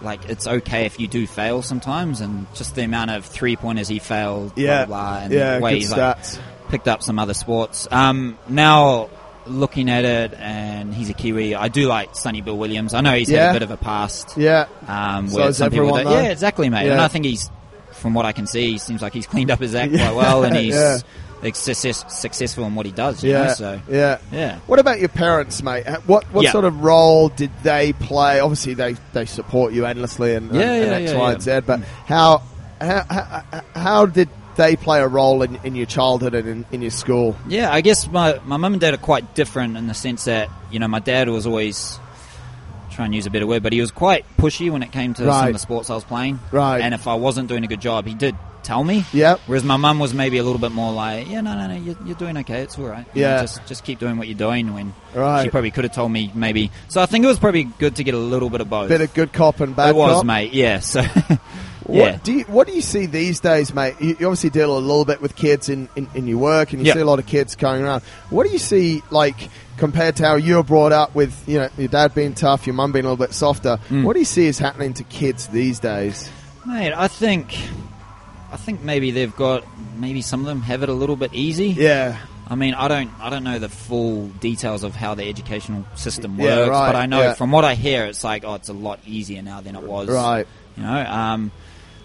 [SPEAKER 2] like it's okay if you do fail sometimes, and just the amount of three pointers he failed. blah,
[SPEAKER 1] yeah,
[SPEAKER 2] blah, blah, and
[SPEAKER 1] yeah.
[SPEAKER 2] the way
[SPEAKER 1] Good
[SPEAKER 2] he's, like,
[SPEAKER 1] stats.
[SPEAKER 2] picked up some other sports. Um, now looking at it, and he's a Kiwi. I do like Sonny Bill Williams. I know he's
[SPEAKER 1] Yeah.
[SPEAKER 2] had a bit of a past.
[SPEAKER 1] yeah,
[SPEAKER 2] Um,
[SPEAKER 1] So
[SPEAKER 2] where
[SPEAKER 1] is
[SPEAKER 2] some people
[SPEAKER 1] everyone,
[SPEAKER 2] don't-
[SPEAKER 1] though?
[SPEAKER 2] yeah, exactly, mate.
[SPEAKER 1] Yeah.
[SPEAKER 2] And I think he's, from what I can see, he seems like he's cleaned up his act quite well, and he's
[SPEAKER 1] yeah.
[SPEAKER 2] like, success, successful in what he does. You
[SPEAKER 1] yeah,
[SPEAKER 2] know? So
[SPEAKER 1] yeah.
[SPEAKER 2] yeah,
[SPEAKER 1] What about your parents, mate? Uh, What what
[SPEAKER 2] Yeah.
[SPEAKER 1] sort of role did they play? Obviously, they, they support you endlessly and, and,
[SPEAKER 2] Yeah,
[SPEAKER 1] and
[SPEAKER 2] yeah,
[SPEAKER 1] X,
[SPEAKER 2] yeah,
[SPEAKER 1] Y,
[SPEAKER 2] yeah.
[SPEAKER 1] and Z. But how, how how how did they play a role in, in your childhood and in, in your school?
[SPEAKER 2] yeah. I guess my my mum and dad are quite different in the sense that you know my dad was always try and use a better word, but he was quite pushy when it came to some
[SPEAKER 1] Right.
[SPEAKER 2] of the sports I was playing.
[SPEAKER 1] Right.
[SPEAKER 2] And if I wasn't doing a good job, he did tell me.
[SPEAKER 1] Yep.
[SPEAKER 2] Whereas my mum was maybe a little bit more like, yeah, no, no, no, you're, you're doing okay. It's all right. You know,
[SPEAKER 1] Yeah.
[SPEAKER 2] just just keep doing what you're doing. When
[SPEAKER 1] Right.
[SPEAKER 2] she probably could have told me maybe. So I think it was probably good to get a little bit of both.
[SPEAKER 1] Bit of good cop and bad
[SPEAKER 2] it was,
[SPEAKER 1] cop.
[SPEAKER 2] mate. Yeah. So
[SPEAKER 1] What
[SPEAKER 2] yeah.
[SPEAKER 1] do you what do you see these days, mate? You, you obviously deal a little bit with kids in, in, in your work, and you
[SPEAKER 2] Yeah.
[SPEAKER 1] see a lot of kids going around. What do you see like compared to how you were brought up with you know your dad being tough, your mum being a little bit softer?
[SPEAKER 2] Mm.
[SPEAKER 1] What do you see is happening to kids these days?
[SPEAKER 2] Mate, I think I think maybe they've got maybe some of them have it a little bit easy.
[SPEAKER 1] Yeah,
[SPEAKER 2] I mean, I don't, I don't know the full details of how the educational system
[SPEAKER 1] Yeah,
[SPEAKER 2] works,
[SPEAKER 1] right,
[SPEAKER 2] but I know
[SPEAKER 1] yeah.
[SPEAKER 2] from what I hear, it's like, oh, it's a lot easier now than it was,
[SPEAKER 1] Right.
[SPEAKER 2] You know, um,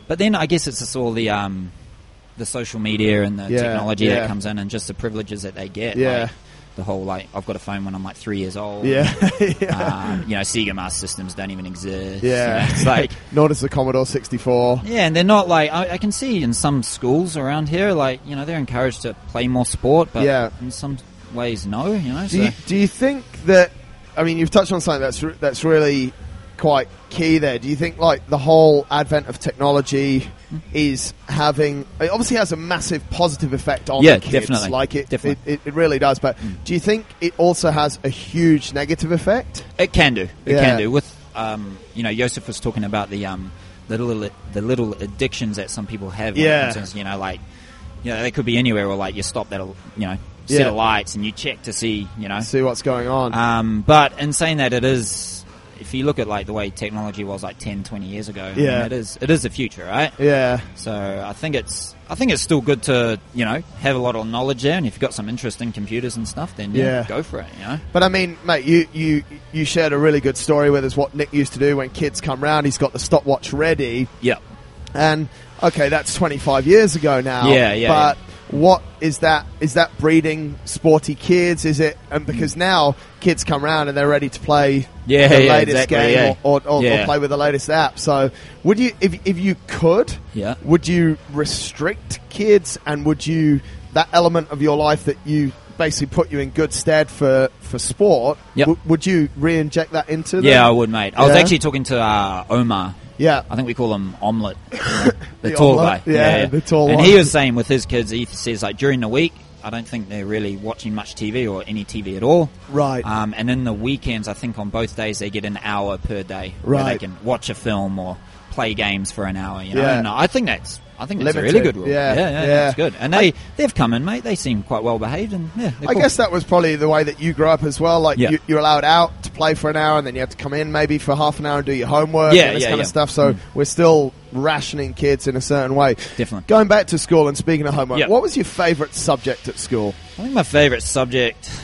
[SPEAKER 2] but then I guess it's just all the um, the social media and the
[SPEAKER 1] Yeah,
[SPEAKER 2] technology
[SPEAKER 1] yeah.
[SPEAKER 2] that comes in, and just the privileges that they get.
[SPEAKER 1] Yeah.
[SPEAKER 2] like, the whole like, I've got a phone when I'm like three years old.
[SPEAKER 1] Yeah. yeah.
[SPEAKER 2] Um, you know, Sega Master systems don't even exist.
[SPEAKER 1] Yeah.
[SPEAKER 2] You know, it's like
[SPEAKER 1] Not as the Commodore 64.
[SPEAKER 2] yeah, and they're not like I, I can see in some schools around here, like you know, they're encouraged to play more sport, but
[SPEAKER 1] Yeah.
[SPEAKER 2] in some ways, no, you know. So.
[SPEAKER 1] Do you, do you think that, I mean, you've touched on something that's, re- that's really quite key there. Do you think, like, the whole advent of technology
[SPEAKER 2] Mm-hmm.
[SPEAKER 1] is having, it obviously has a massive positive effect on
[SPEAKER 2] Yeah,
[SPEAKER 1] the kids.
[SPEAKER 2] definitely.
[SPEAKER 1] Like, it, it,
[SPEAKER 2] Definitely. Mm.
[SPEAKER 1] it, it really does. But do you think it also has a huge negative effect?
[SPEAKER 2] It can do. It
[SPEAKER 1] Yeah.
[SPEAKER 2] can do. With um, you know, Yosef was talking about the um, the little the little addictions that some people have. when it
[SPEAKER 1] Yeah.
[SPEAKER 2] comes to, you know, like you know, they could be anywhere, or like you stop that, you know, set
[SPEAKER 1] Yeah.
[SPEAKER 2] of lights and you check to see, you know.
[SPEAKER 1] See what's going on.
[SPEAKER 2] Um, but in saying that, it is. If you look at like the way technology was like 10, 20 years ago, I mean,
[SPEAKER 1] Yeah.
[SPEAKER 2] it is it is the future, right?
[SPEAKER 1] yeah.
[SPEAKER 2] So I think it's I think it's still good to you know have a lot of knowledge there, and if you've got some interest in computers and stuff, then yeah,
[SPEAKER 1] Yeah.
[SPEAKER 2] go for it. You know,
[SPEAKER 1] But I mean, mate, you, you you shared a really good story with us. What Nick used to do when kids come round, he's got the stopwatch ready,
[SPEAKER 2] yeah.
[SPEAKER 1] and okay, that's 25 years ago now.
[SPEAKER 2] Yeah, yeah,
[SPEAKER 1] But what is that? Is that breeding sporty kids? Is it? And because now kids come round and they're ready to play
[SPEAKER 2] Yeah,
[SPEAKER 1] the
[SPEAKER 2] yeah,
[SPEAKER 1] latest
[SPEAKER 2] exactly,
[SPEAKER 1] game
[SPEAKER 2] yeah.
[SPEAKER 1] or, or, or,
[SPEAKER 2] Yeah.
[SPEAKER 1] play with the latest app. So would you, if if you could,
[SPEAKER 2] Yeah.
[SPEAKER 1] would you restrict kids and would you that element of your life that you basically put you in good stead for for sport?
[SPEAKER 2] Yep.
[SPEAKER 1] w- would you re-inject that into? them?
[SPEAKER 2] Yeah, I would, mate. I was
[SPEAKER 1] Yeah?
[SPEAKER 2] actually talking to uh, Omar.
[SPEAKER 1] Yeah.
[SPEAKER 2] I think we call him Omelette, the,
[SPEAKER 1] The
[SPEAKER 2] tall
[SPEAKER 1] Omelette?
[SPEAKER 2] guy.
[SPEAKER 1] Yeah, the tall
[SPEAKER 2] And
[SPEAKER 1] one.
[SPEAKER 2] he was saying with his kids, he says like during the week, I don't think they're really watching much TV or any TV at all.
[SPEAKER 1] Right.
[SPEAKER 2] Um, and in the weekends, I think on both days they get an hour per day where
[SPEAKER 1] Right.
[SPEAKER 2] they can watch a film or play games for an hour. You know,
[SPEAKER 1] Yeah.
[SPEAKER 2] and I think that's. I think that's
[SPEAKER 1] Limited.
[SPEAKER 2] a really good rule.
[SPEAKER 1] Yeah,
[SPEAKER 2] yeah, yeah,
[SPEAKER 1] yeah.
[SPEAKER 2] that's good. And they they've come in, mate. They seem quite well behaved, and yeah, they're
[SPEAKER 1] I
[SPEAKER 2] cool.
[SPEAKER 1] guess that was probably the way that you grew up as well. Like
[SPEAKER 2] Yeah.
[SPEAKER 1] you, you're allowed out to play for an hour, and then you have to come in maybe for half an hour and do your homework
[SPEAKER 2] Yeah,
[SPEAKER 1] and this
[SPEAKER 2] yeah, Mm.
[SPEAKER 1] kind of
[SPEAKER 2] yeah.
[SPEAKER 1] stuff. So we're still rationing kids in a certain way.
[SPEAKER 2] Definitely.
[SPEAKER 1] Going back to school and speaking of homework,
[SPEAKER 2] Yeah.
[SPEAKER 1] what was your favourite subject at school?
[SPEAKER 2] I think my favourite subject. I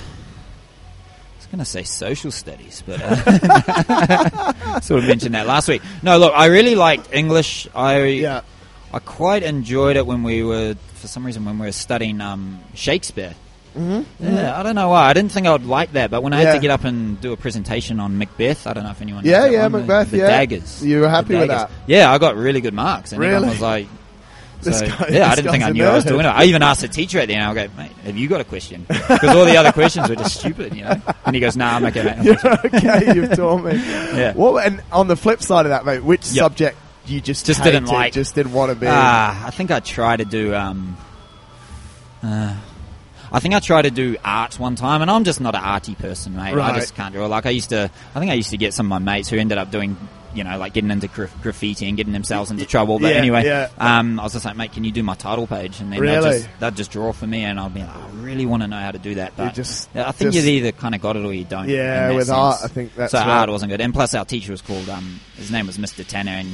[SPEAKER 2] was going to say social studies, but uh, sort of mentioned that last week. No, look, I really liked English. I
[SPEAKER 1] Yeah.
[SPEAKER 2] I quite enjoyed it when we were, for some reason, when we were studying um, Shakespeare. Yeah, I don't know why. I didn't think I would like that, but when I had
[SPEAKER 1] Mm-hmm. Yeah.
[SPEAKER 2] to get up and do a presentation on Macbeth, I don't know if anyone. knows
[SPEAKER 1] Yeah,
[SPEAKER 2] that
[SPEAKER 1] yeah,
[SPEAKER 2] one, the-
[SPEAKER 1] Macbeth,
[SPEAKER 2] The,
[SPEAKER 1] yeah.
[SPEAKER 2] daggers.
[SPEAKER 1] You were
[SPEAKER 2] The
[SPEAKER 1] happy with
[SPEAKER 2] daggers.
[SPEAKER 1] that?
[SPEAKER 2] Yeah, I got really good marks, and
[SPEAKER 1] Really?
[SPEAKER 2] everyone was like. So,
[SPEAKER 1] This guy-
[SPEAKER 2] yeah,
[SPEAKER 1] this
[SPEAKER 2] I didn't
[SPEAKER 1] guy's
[SPEAKER 2] think I
[SPEAKER 1] a
[SPEAKER 2] knew I was
[SPEAKER 1] nerd.
[SPEAKER 2] doing it. I even asked the teacher at the end. I go, mate, have you got a question? Because all the other questions were just stupid, you know. And he goes, nah, I'm okay. Mate. I'm okay."
[SPEAKER 1] okay, you've taught me.
[SPEAKER 2] Yeah.
[SPEAKER 1] What, and on the flip side of that, mate, which
[SPEAKER 2] Yep.
[SPEAKER 1] subject you just
[SPEAKER 2] Just
[SPEAKER 1] hated,
[SPEAKER 2] didn't like.
[SPEAKER 1] just didn't want to be?
[SPEAKER 2] Ah, I think I tried to do. Um, uh, I think I tried to do art one time, and I'm just not an arty person, mate.
[SPEAKER 1] Right.
[SPEAKER 2] I just can't draw. Like I used to, I think I used to get some of my mates who ended up doing, you know, like getting into gra- graffiti and getting themselves into trouble. But
[SPEAKER 1] Yeah,
[SPEAKER 2] anyway,
[SPEAKER 1] yeah.
[SPEAKER 2] Um, I was just like, mate, can you do my title page? And then they'd,
[SPEAKER 1] Really?
[SPEAKER 2] just, they'd just draw for me, and I'd be like, I really want to know how to do that. But
[SPEAKER 1] just-
[SPEAKER 2] I think
[SPEAKER 1] just-
[SPEAKER 2] you've either kind of got it or you don't.
[SPEAKER 1] Yeah,
[SPEAKER 2] in that
[SPEAKER 1] with
[SPEAKER 2] sense.
[SPEAKER 1] art, I think that's
[SPEAKER 2] so.
[SPEAKER 1] right.
[SPEAKER 2] Art wasn't good, and plus our teacher was called. Um, his name was Mr. Tanner, and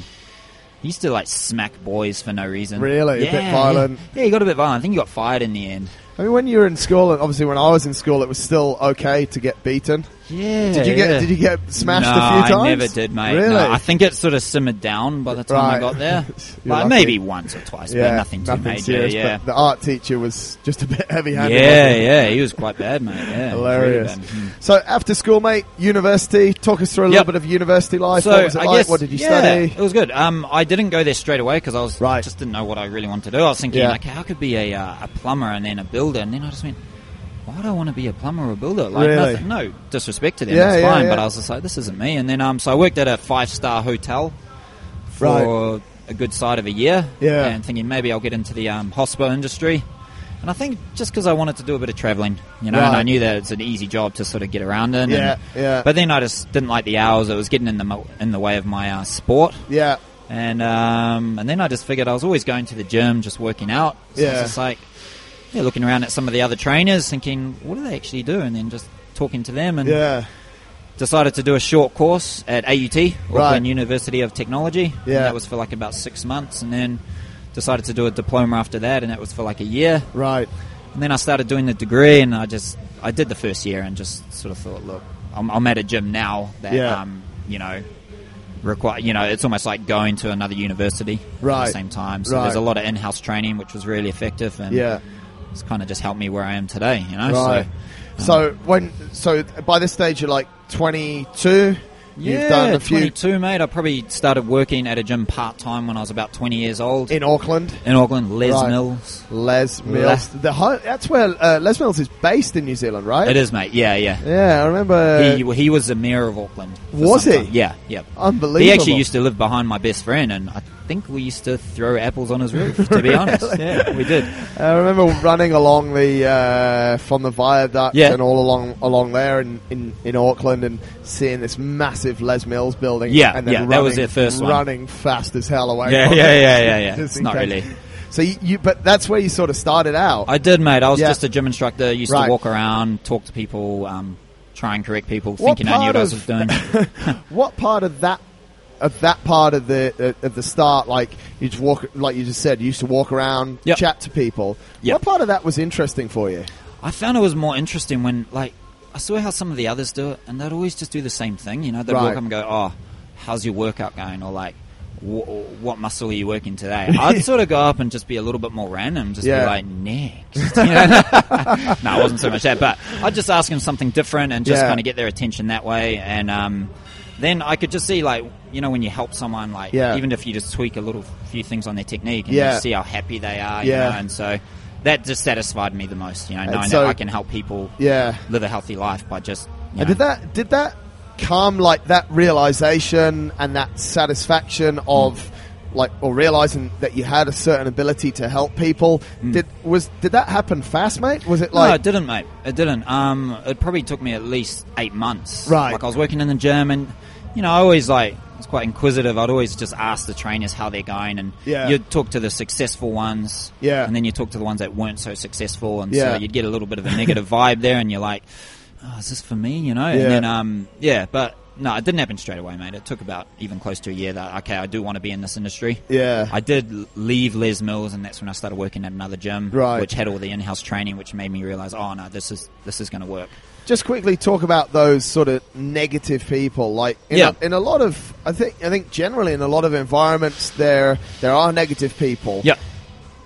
[SPEAKER 2] he used to like smack boys for no reason.
[SPEAKER 1] Really? A bit
[SPEAKER 2] Yeah,
[SPEAKER 1] violent?
[SPEAKER 2] Yeah. yeah, he got a bit violent. I think he got fired in the end.
[SPEAKER 1] I mean, when you were in school, and obviously when I was in school, it was still okay to get beaten.
[SPEAKER 2] Yeah.
[SPEAKER 1] Did you get Did you get smashed
[SPEAKER 2] no,
[SPEAKER 1] a few times?
[SPEAKER 2] I never did, mate.
[SPEAKER 1] Really?
[SPEAKER 2] No, I think it sort of simmered down by the time
[SPEAKER 1] Right.
[SPEAKER 2] I got there.
[SPEAKER 1] You're
[SPEAKER 2] like
[SPEAKER 1] lucky.
[SPEAKER 2] maybe once or twice, but nothing too major.
[SPEAKER 1] serious,
[SPEAKER 2] yeah.
[SPEAKER 1] But the art teacher was just a bit heavy-handed.
[SPEAKER 2] yeah,
[SPEAKER 1] wasn't he?
[SPEAKER 2] yeah, he was quite bad, mate. Yeah, he was really
[SPEAKER 1] Hilarious.
[SPEAKER 2] bad. Mm.
[SPEAKER 1] So after school, mate, university. Talk us through a
[SPEAKER 2] Yep.
[SPEAKER 1] little bit of university life. what was it like? what did you
[SPEAKER 2] yeah,
[SPEAKER 1] study?
[SPEAKER 2] It was good. Um, I didn't go there straight away because I was
[SPEAKER 1] Right.
[SPEAKER 2] just didn't know what I really wanted to do. I was thinking,
[SPEAKER 1] Yeah.
[SPEAKER 2] like, how could be a, uh, a plumber and then a builder, and then I just went, why do I want to be a plumber or a builder? Like,
[SPEAKER 1] Really?
[SPEAKER 2] nothing, no disrespect to them,
[SPEAKER 1] Yeah,
[SPEAKER 2] that's
[SPEAKER 1] yeah,
[SPEAKER 2] fine. But
[SPEAKER 1] yeah.
[SPEAKER 2] I was just like, this isn't me. And then, um, so I worked at a five star hotel for a good side of a year,
[SPEAKER 1] Yeah.
[SPEAKER 2] and thinking maybe I'll get into the um, hospital industry. And I think just because I wanted to do a bit of traveling, you know, and
[SPEAKER 1] Right.
[SPEAKER 2] I knew that it's an easy job to sort of get around in.
[SPEAKER 1] Yeah,
[SPEAKER 2] and,
[SPEAKER 1] yeah.
[SPEAKER 2] But then I just didn't like the hours. It was getting in the mo- in the way of my uh, sport,
[SPEAKER 1] Yeah.
[SPEAKER 2] and um, and then I just figured I was always going to the gym, just working out. So I
[SPEAKER 1] Yeah.
[SPEAKER 2] was just like, yeah, looking around at some of the other trainers, thinking, what do they actually do? And then just talking to them, and
[SPEAKER 1] Yeah.
[SPEAKER 2] decided to do a short course at AUT, Auckland
[SPEAKER 1] Right.
[SPEAKER 2] University of Technology. And
[SPEAKER 1] Yeah.
[SPEAKER 2] that was for like about six months, and then decided to do a diploma after that, and that was for like a year.
[SPEAKER 1] Right.
[SPEAKER 2] And then I started doing the degree, and I just I did the first year, and just sort of thought, look, I'm, I'm at a gym now that
[SPEAKER 1] Yeah.
[SPEAKER 2] um, you know require you know it's almost like going to another university at
[SPEAKER 1] Right.
[SPEAKER 2] the same time. So
[SPEAKER 1] Right.
[SPEAKER 2] there's a lot of in-house training, which was really effective, and
[SPEAKER 1] Yeah.
[SPEAKER 2] it's kind of just helped me where I Uh-huh. am today. You know,
[SPEAKER 1] Right.
[SPEAKER 2] so
[SPEAKER 1] So when so by this stage you're like 22.
[SPEAKER 2] yeah,
[SPEAKER 1] You've done a few
[SPEAKER 2] 22, mate. I probably started working at a gym part time when I was about 20 years old in,
[SPEAKER 1] in Auckland.
[SPEAKER 2] Auckland, Les
[SPEAKER 1] Right.
[SPEAKER 2] Mills.
[SPEAKER 1] Les Mills. the ho- that's where uh, Les Mills is based in New Zealand, right?
[SPEAKER 2] It is, mate. Yeah, yeah.
[SPEAKER 1] Yeah, I remember.
[SPEAKER 2] he, he was the mayor of Auckland. for
[SPEAKER 1] Uh, Was
[SPEAKER 2] some
[SPEAKER 1] he?
[SPEAKER 2] time. Yeah, yeah.
[SPEAKER 1] Unbelievable.
[SPEAKER 2] He actually used to live behind my best friend, and I think we used to throw apples on his roof. To be honest, yeah, we did.
[SPEAKER 1] Uh, I remember running along the uh, from the viaduct
[SPEAKER 2] Yeah.
[SPEAKER 1] and all along along there in, in, in Auckland and seeing this massive Les Mills building.
[SPEAKER 2] Yeah,
[SPEAKER 1] and then
[SPEAKER 2] yeah,
[SPEAKER 1] running,
[SPEAKER 2] that was their first one.
[SPEAKER 1] Running fast as hell away.
[SPEAKER 2] Yeah,
[SPEAKER 1] from
[SPEAKER 2] yeah,
[SPEAKER 1] it,
[SPEAKER 2] yeah, yeah, yeah.
[SPEAKER 1] just
[SPEAKER 2] It's
[SPEAKER 1] in
[SPEAKER 2] not
[SPEAKER 1] case.
[SPEAKER 2] really.
[SPEAKER 1] So you, you, but that's where you sort of started out.
[SPEAKER 2] I did, mate. I was
[SPEAKER 1] Yeah.
[SPEAKER 2] just a gym instructor. Used
[SPEAKER 1] Right.
[SPEAKER 2] to walk around, talk to people, um, try and correct people,
[SPEAKER 1] What
[SPEAKER 2] thinking I knew
[SPEAKER 1] part
[SPEAKER 2] what I was
[SPEAKER 1] of-
[SPEAKER 2] doing.
[SPEAKER 1] what part of that of that part of the uh, of the start like you just walk like you just said you used to walk around
[SPEAKER 2] Yep.
[SPEAKER 1] chat to people
[SPEAKER 2] Yep.
[SPEAKER 1] what part of that was interesting for you
[SPEAKER 2] I found it was more interesting when, like, I saw how some of the others do it, and they'd always just do the same thing. You know, they'd
[SPEAKER 1] Right.
[SPEAKER 2] walk up and go, "Oh, how's your workout going?" or like, "Wh- "What muscle are you working today?" I'd sort of go up and just be a little bit more random, just
[SPEAKER 1] Yeah.
[SPEAKER 2] be like, "Next." You know? no, it wasn't so much that, but I'd just ask them something different and just
[SPEAKER 1] Yeah.
[SPEAKER 2] kind of get their attention that way, and um, then I could just see like. You know, when you help someone, like
[SPEAKER 1] Yeah.
[SPEAKER 2] even if you just tweak a little few things on their technique, and
[SPEAKER 1] Yeah.
[SPEAKER 2] you see how happy they are,
[SPEAKER 1] Yeah.
[SPEAKER 2] you know, and so that just satisfied me the most. You know, knowing
[SPEAKER 1] so-
[SPEAKER 2] that I can help people
[SPEAKER 1] yeah
[SPEAKER 2] live a healthy life by just.
[SPEAKER 1] and
[SPEAKER 2] You know,
[SPEAKER 1] did that did that come like that realization and that satisfaction of like or realizing that you had a certain ability to help people did was did that happen fast mate was it
[SPEAKER 2] Mm. no,
[SPEAKER 1] like
[SPEAKER 2] it didn't, mate. It didn't. Um, it probably took me at least eight months.
[SPEAKER 1] Right.
[SPEAKER 2] Like I was working in the gym, and you know, I always like I was quite inquisitive. I'd always just ask the trainers how they're going, and
[SPEAKER 1] Yeah.
[SPEAKER 2] you'd talk to the successful ones,
[SPEAKER 1] Yeah.
[SPEAKER 2] and then you talk to the ones that weren't so successful, and
[SPEAKER 1] Yeah.
[SPEAKER 2] so you'd get a little bit of a negative vibe there, and you're like, oh, "Is this for me?" You know,
[SPEAKER 1] Yeah.
[SPEAKER 2] and then um, yeah, but. No, it didn't happen straight away, mate. It took about even close to a year that, okay, I do want to be in this industry.
[SPEAKER 1] yeah
[SPEAKER 2] I did l- leave Les Mills, and that's when I started working at another gym,
[SPEAKER 1] Right.
[SPEAKER 2] which had all the in-house training, which made me realize, oh no, this is this is going to work.
[SPEAKER 1] just quickly talk about those sort of negative people. Like in,
[SPEAKER 2] Yeah.
[SPEAKER 1] a, in a lot of, I think, I think generally in a lot of environments there there are negative people.
[SPEAKER 2] Yeah,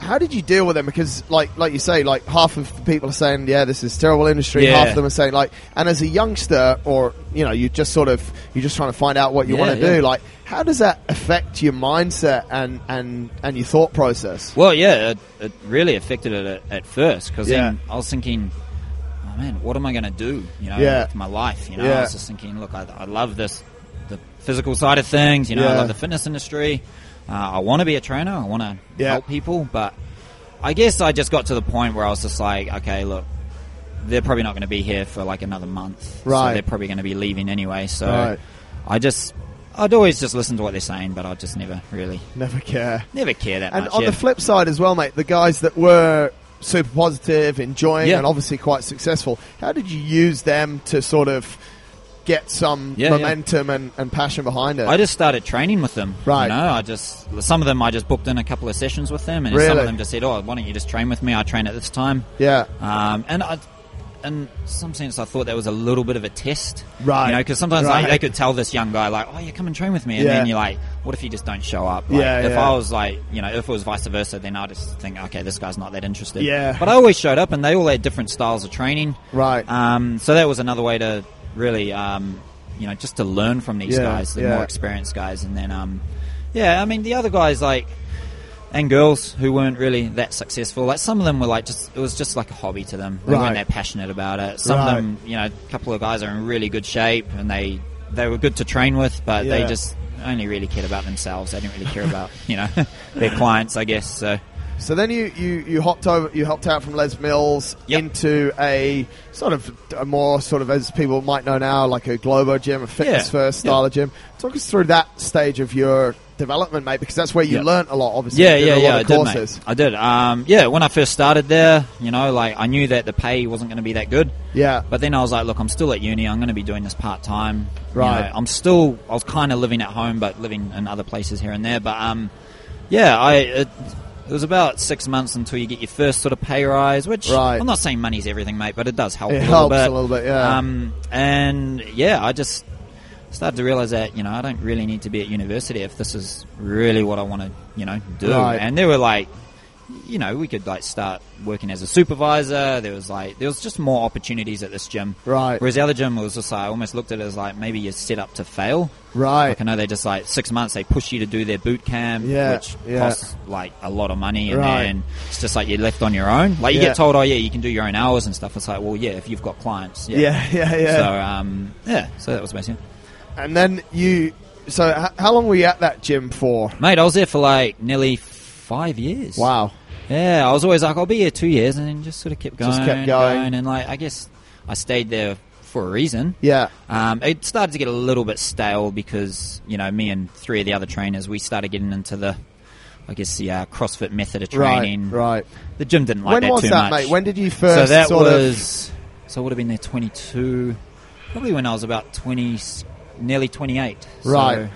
[SPEAKER 1] How did you deal with them? Because, like, like you say, like half of the people are saying, "Yeah, this is terrible industry."
[SPEAKER 2] Yeah.
[SPEAKER 1] Half of them are saying, like, and as a youngster, or you know, you just sort of you're just trying to find out what you
[SPEAKER 2] Yeah,
[SPEAKER 1] want to
[SPEAKER 2] yeah.
[SPEAKER 1] do. Like, how does that affect your mindset and and and your thought process?
[SPEAKER 2] Well, yeah, it, it really affected it at, at first because
[SPEAKER 1] Yeah.
[SPEAKER 2] then I was thinking, oh man, what am I going to do? You know,
[SPEAKER 1] Yeah.
[SPEAKER 2] with my life. You know,
[SPEAKER 1] Yeah.
[SPEAKER 2] I was just thinking, look, I, I love this, the physical side of things. You know,
[SPEAKER 1] Yeah.
[SPEAKER 2] I love the fitness industry. Uh, I want to be a trainer. I want to
[SPEAKER 1] Yeah.
[SPEAKER 2] help people, but I guess I just got to the point where I was just like, okay, look, they're probably not going to be here for like another month.
[SPEAKER 1] Right.
[SPEAKER 2] So they're probably going to be leaving anyway. So
[SPEAKER 1] Right.
[SPEAKER 2] I just, I'd always just listen to what they're saying, but I just never really,
[SPEAKER 1] Never care.
[SPEAKER 2] never care that
[SPEAKER 1] And
[SPEAKER 2] much.
[SPEAKER 1] on
[SPEAKER 2] yeah.
[SPEAKER 1] the flip side as well, mate, the guys that were super positive, enjoying,
[SPEAKER 2] Yeah.
[SPEAKER 1] and obviously quite successful, how did you use them to sort of get some
[SPEAKER 2] Yeah, yeah.
[SPEAKER 1] momentum And, and passion behind it?
[SPEAKER 2] I just started training with them.
[SPEAKER 1] Right.
[SPEAKER 2] You know, I just some of them I just booked in a couple of sessions with them, and some
[SPEAKER 1] Really?
[SPEAKER 2] of them just said, "Oh, why don't you just train with me? I train at this time."
[SPEAKER 1] yeah,
[SPEAKER 2] Um, and I, in some sense, I thought that was a little bit of a test,
[SPEAKER 1] Right.
[SPEAKER 2] You know, because sometimes like,
[SPEAKER 1] Right.
[SPEAKER 2] they could tell this young guy like, "Oh, yeah, come and train with me," and
[SPEAKER 1] Yeah.
[SPEAKER 2] then you're like, "What if you just don't show up?" Like,
[SPEAKER 1] Yeah,
[SPEAKER 2] If
[SPEAKER 1] yeah.
[SPEAKER 2] I was like, you know, if it was vice versa, then I just think, "Okay, this guy's not that interested."
[SPEAKER 1] Yeah.
[SPEAKER 2] But I always showed up, and they all had different styles of training.
[SPEAKER 1] Right.
[SPEAKER 2] Um, so that was another way to really, um, you know, just to learn from these
[SPEAKER 1] Yeah,
[SPEAKER 2] guys, the
[SPEAKER 1] yeah.
[SPEAKER 2] more experienced guys, and then, um, yeah, I mean, the other guys like and girls who weren't really that successful. Like some of them were like just it was just like a hobby to them. They
[SPEAKER 1] Right.
[SPEAKER 2] weren't that passionate about it. Some
[SPEAKER 1] Right.
[SPEAKER 2] of them, you know, a couple of guys are in really good shape and they they were good to train with, but
[SPEAKER 1] Yeah.
[SPEAKER 2] they just only really cared about themselves. They didn't really care about you know their clients, I guess. So
[SPEAKER 1] So then you, you, you hopped over, you hopped out from Les Mills
[SPEAKER 2] Yep.
[SPEAKER 1] into a sort of a more sort of as people might know now, like a Globo gym, a fitness
[SPEAKER 2] Yeah,
[SPEAKER 1] first
[SPEAKER 2] yeah.
[SPEAKER 1] style of gym. Talk us through that stage of your development, mate, because that's where you
[SPEAKER 2] Yep.
[SPEAKER 1] learnt a lot. Obviously,
[SPEAKER 2] yeah,
[SPEAKER 1] You did
[SPEAKER 2] yeah,
[SPEAKER 1] a lot
[SPEAKER 2] yeah.
[SPEAKER 1] of
[SPEAKER 2] I did,
[SPEAKER 1] courses.
[SPEAKER 2] mate. I did. Um, yeah, when I first started there, you know, like I knew that the pay wasn't going to be that good.
[SPEAKER 1] Yeah,
[SPEAKER 2] But then I was like, look, I'm still at uni. I'm going to be doing this part time.
[SPEAKER 1] Right.
[SPEAKER 2] I'm still. I was kind of living at home, but living in other places here and there. But um, yeah, I it, it was about six months until you get your first sort of pay rise. Which
[SPEAKER 1] Right.
[SPEAKER 2] I'm not saying money's everything, mate, but it does help.
[SPEAKER 1] It
[SPEAKER 2] a little
[SPEAKER 1] helps
[SPEAKER 2] bit.
[SPEAKER 1] a little bit, yeah.
[SPEAKER 2] Um, and yeah, I just started to realize that you know I don't really need to be at university if this is really what I want to you know do.
[SPEAKER 1] Right.
[SPEAKER 2] And there were like you know, we could like start working as a supervisor. There was like there was just more opportunities at this gym.
[SPEAKER 1] Right.
[SPEAKER 2] Whereas the other gym was just like I almost looked at it as like maybe you're set up to fail.
[SPEAKER 1] right.
[SPEAKER 2] Like I know they just like six months they push you to do their boot camp,
[SPEAKER 1] Yeah,
[SPEAKER 2] which
[SPEAKER 1] yeah.
[SPEAKER 2] costs like a lot of money, and
[SPEAKER 1] Right.
[SPEAKER 2] then it's just like you're left on your own. Like you
[SPEAKER 1] Yeah.
[SPEAKER 2] get told, oh yeah, you can do your own hours and stuff. It's like, well, yeah, if you've got clients, yeah,
[SPEAKER 1] Yeah, yeah, yeah.
[SPEAKER 2] So um, yeah, so that was amazing.
[SPEAKER 1] And then you. So h- how long were you at that gym for?
[SPEAKER 2] Mate, I was there for like nearly five years.
[SPEAKER 1] Wow.
[SPEAKER 2] Yeah, I was always like, I'll be here two years, and then just sort of kept going,
[SPEAKER 1] Just kept going.
[SPEAKER 2] and like I guess I stayed there for a reason.
[SPEAKER 1] Yeah.
[SPEAKER 2] Um, it started to get a little bit stale because you know me and three of the other trainers we started getting into the, I guess the uh, CrossFit method of training.
[SPEAKER 1] Right. Right.
[SPEAKER 2] The gym didn't like
[SPEAKER 1] when
[SPEAKER 2] that
[SPEAKER 1] was
[SPEAKER 2] too
[SPEAKER 1] that,
[SPEAKER 2] much.
[SPEAKER 1] mate? When did you first?
[SPEAKER 2] so that
[SPEAKER 1] sort
[SPEAKER 2] was so I would have been there 22, probably when I was about 20, nearly 28. So,
[SPEAKER 1] Right.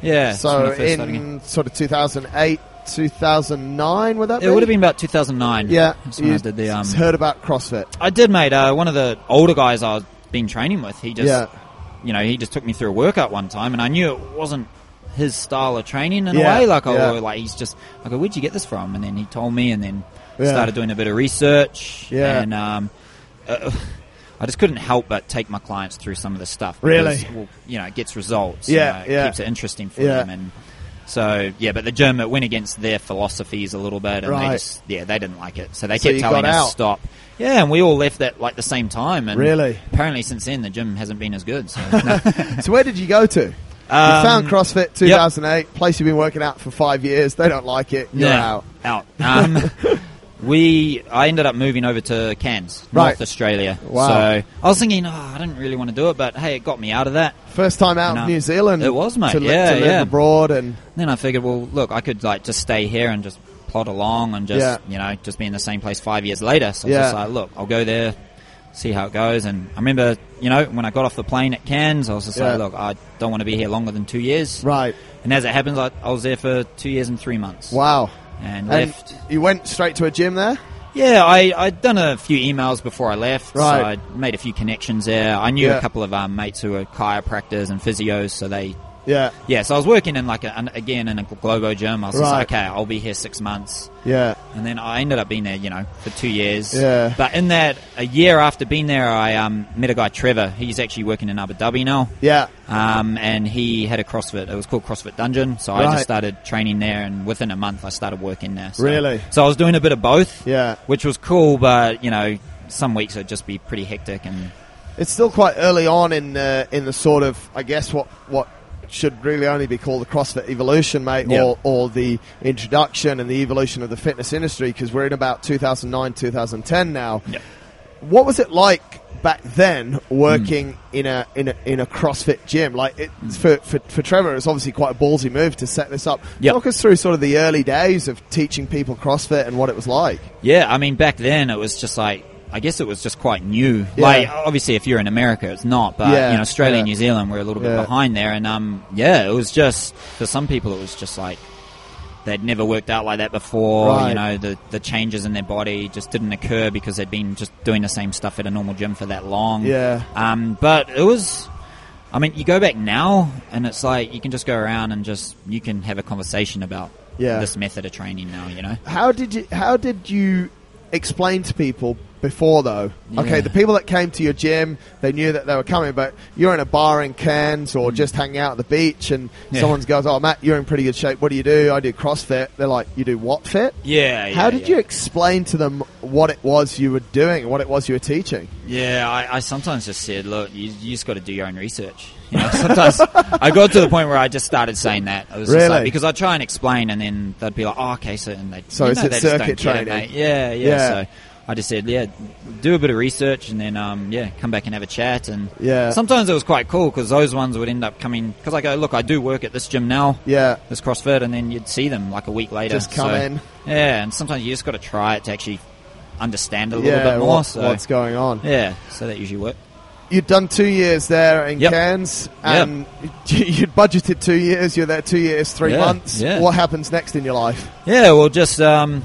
[SPEAKER 2] yeah.
[SPEAKER 1] Of,
[SPEAKER 2] that's when I
[SPEAKER 1] so
[SPEAKER 2] first started again.
[SPEAKER 1] in sort of 2008, 2009, would that
[SPEAKER 2] It
[SPEAKER 1] be?
[SPEAKER 2] would have been about 2009.
[SPEAKER 1] Yeah,
[SPEAKER 2] That's when
[SPEAKER 1] you
[SPEAKER 2] I did the, um,
[SPEAKER 1] s- heard about CrossFit.
[SPEAKER 2] I did, mate. Uh, one of the older guys I've been training with, he just,
[SPEAKER 1] Yeah.
[SPEAKER 2] you know, he just took me through a workout one time, and I knew it wasn't his style of training in
[SPEAKER 1] Yeah,
[SPEAKER 2] a way. Like,
[SPEAKER 1] yeah.
[SPEAKER 2] I was like he's just, I go, where'd you get this from? And then he told me, and then
[SPEAKER 1] Yeah.
[SPEAKER 2] started doing a bit of research.
[SPEAKER 1] Yeah.
[SPEAKER 2] And um, uh, I just couldn't help but take my clients through some of this stuff.
[SPEAKER 1] Really?
[SPEAKER 2] because, well, you know, it gets results.
[SPEAKER 1] Yeah,
[SPEAKER 2] you know,
[SPEAKER 1] yeah.
[SPEAKER 2] It keeps it interesting for
[SPEAKER 1] Yeah.
[SPEAKER 2] them, and. So yeah, but the gym it went against their philosophies a little bit, and
[SPEAKER 1] Right.
[SPEAKER 2] they just yeah they didn't like it, so they
[SPEAKER 1] So
[SPEAKER 2] kept
[SPEAKER 1] you
[SPEAKER 2] telling
[SPEAKER 1] got
[SPEAKER 2] us
[SPEAKER 1] out.
[SPEAKER 2] stop. Yeah, and we all left at like the same time. And
[SPEAKER 1] Really?
[SPEAKER 2] Apparently, since then the gym hasn't been as good. So, no.
[SPEAKER 1] So where did you go to? you
[SPEAKER 2] Um,
[SPEAKER 1] found CrossFit 2008, place you've been working at for five years. They don't like it. You're
[SPEAKER 2] Yeah,
[SPEAKER 1] out.
[SPEAKER 2] Out. Um, we I ended up moving over to Cairns,
[SPEAKER 1] Right.
[SPEAKER 2] North Australia.
[SPEAKER 1] Wow.
[SPEAKER 2] So I was thinking, oh, I didn't really want to do it, but hey, it got me out of that.
[SPEAKER 1] First time out
[SPEAKER 2] No.
[SPEAKER 1] of New Zealand.
[SPEAKER 2] It was, mate.
[SPEAKER 1] To, li-
[SPEAKER 2] Yeah,
[SPEAKER 1] to live
[SPEAKER 2] yeah.
[SPEAKER 1] abroad and
[SPEAKER 2] Then I figured, well, look, I could like just stay here and just plod along and just
[SPEAKER 1] Yeah.
[SPEAKER 2] you know just be in the same place five years later. So I was
[SPEAKER 1] Yeah.
[SPEAKER 2] just like, look, I'll go there, see how it goes. And I remember, you know, when I got off the plane at Cairns, I was just
[SPEAKER 1] Yeah.
[SPEAKER 2] like, look, I don't want to be here longer than two years.
[SPEAKER 1] right.
[SPEAKER 2] And as it happens, I, I was there for two years and three months.
[SPEAKER 1] Wow.
[SPEAKER 2] And,
[SPEAKER 1] And
[SPEAKER 2] left.
[SPEAKER 1] you went straight to a gym there.
[SPEAKER 2] Yeah, I, I'd done a few emails before I left.
[SPEAKER 1] Right.
[SPEAKER 2] So I made a few connections there. I knew
[SPEAKER 1] Yeah.
[SPEAKER 2] a couple of um, mates who were chiropractors and physios, so they
[SPEAKER 1] Yeah.
[SPEAKER 2] Yeah, so I was working in like a, an- again in a Globo gym. I was just
[SPEAKER 1] Right.
[SPEAKER 2] like, okay, I'll be here six months,
[SPEAKER 1] Yeah.
[SPEAKER 2] and then I ended up being there, you know, for two years.
[SPEAKER 1] Yeah.
[SPEAKER 2] But in that a year after being there, I um, met a guy Trevor. He's actually working in Abu Dhabi now.
[SPEAKER 1] Yeah.
[SPEAKER 2] Um, and he had a CrossFit. It was called CrossFit Dungeon. So I
[SPEAKER 1] Right.
[SPEAKER 2] just started training there, and within a month, I started working there. So,
[SPEAKER 1] Really?
[SPEAKER 2] So I was doing a bit of both.
[SPEAKER 1] Yeah.
[SPEAKER 2] Which was cool, but you know, some weeks it'd just be pretty hectic, and
[SPEAKER 1] It's still quite early on in uh, in the sort of I guess what what should really only be called the CrossFit evolution, mate,
[SPEAKER 2] Yeah.
[SPEAKER 1] or or the introduction and the evolution of the fitness industry because we're in about 2009, 2010 now. What was it like back then working in a in a in a CrossFit gym? Like it, for, for for Trevor, it's obviously quite a ballsy move to set this up.
[SPEAKER 2] Yep.
[SPEAKER 1] Talk us through sort of the early days of teaching people CrossFit and what it was like.
[SPEAKER 2] yeah, I mean, back then it was just like. I guess it was just quite new. Like, obviously, if you're in America, it's not. But
[SPEAKER 1] Yeah,
[SPEAKER 2] you know, Australia,
[SPEAKER 1] yeah.
[SPEAKER 2] and New Zealand, we're a little bit
[SPEAKER 1] Yeah.
[SPEAKER 2] behind there. And um, yeah, it was just for some people, it was just like they'd never worked out like that before.
[SPEAKER 1] Right.
[SPEAKER 2] You know, the the changes in their body just didn't occur because they'd been just doing the same stuff at a normal gym for that long.
[SPEAKER 1] Yeah.
[SPEAKER 2] Um, but it was. I mean, you go back now, and it's like you can just go around and just you can have a conversation about
[SPEAKER 1] Yeah.
[SPEAKER 2] this method of training now. You know.
[SPEAKER 1] How did you how did you explain to people before though? Okay,
[SPEAKER 2] Yeah.
[SPEAKER 1] the people that came to your gym, they knew that they were coming, but you're in a bar in Cairns or just hanging out at the beach and
[SPEAKER 2] Mm. Yeah.
[SPEAKER 1] someone goes, "Oh, Matt, you're in pretty good shape. What do you do?" I do CrossFit. They're like, "You do what fit?"
[SPEAKER 2] Yeah.
[SPEAKER 1] How did you explain to them what it was you were doing, and what it was you were teaching?
[SPEAKER 2] Yeah, I, I sometimes just said, look, you, you just got to do your own research. You know, sometimes I got to the point where I just started saying that. I was just
[SPEAKER 1] Really?
[SPEAKER 2] like, because I try and explain, and then they'd be like, oh, okay, so and they
[SPEAKER 1] So
[SPEAKER 2] you
[SPEAKER 1] it's
[SPEAKER 2] know,
[SPEAKER 1] at
[SPEAKER 2] they just don't
[SPEAKER 1] circuit
[SPEAKER 2] get it,
[SPEAKER 1] training.
[SPEAKER 2] mate. yeah, yeah,
[SPEAKER 1] Yeah.
[SPEAKER 2] So I just said, yeah, do a bit of research, and then um, yeah, come back and have a chat. And
[SPEAKER 1] Yeah.
[SPEAKER 2] sometimes it was quite cool because those ones would end up coming because I go, look, I do work at this gym now.
[SPEAKER 1] Yeah,
[SPEAKER 2] This CrossFit, and then you'd see them like a week later.
[SPEAKER 1] Just come
[SPEAKER 2] So,
[SPEAKER 1] in.
[SPEAKER 2] Yeah, and sometimes you just got to try it to actually understand a little
[SPEAKER 1] yeah.
[SPEAKER 2] bit more.
[SPEAKER 1] what-
[SPEAKER 2] so
[SPEAKER 1] What's going on?
[SPEAKER 2] yeah, so that usually worked.
[SPEAKER 1] You'd done two years there in
[SPEAKER 2] Yep.
[SPEAKER 1] Cairns, and you'd budgeted two years. You're there two years, three
[SPEAKER 2] Yeah,
[SPEAKER 1] months.
[SPEAKER 2] yeah.
[SPEAKER 1] What happens next in your life?
[SPEAKER 2] Yeah, well, just um,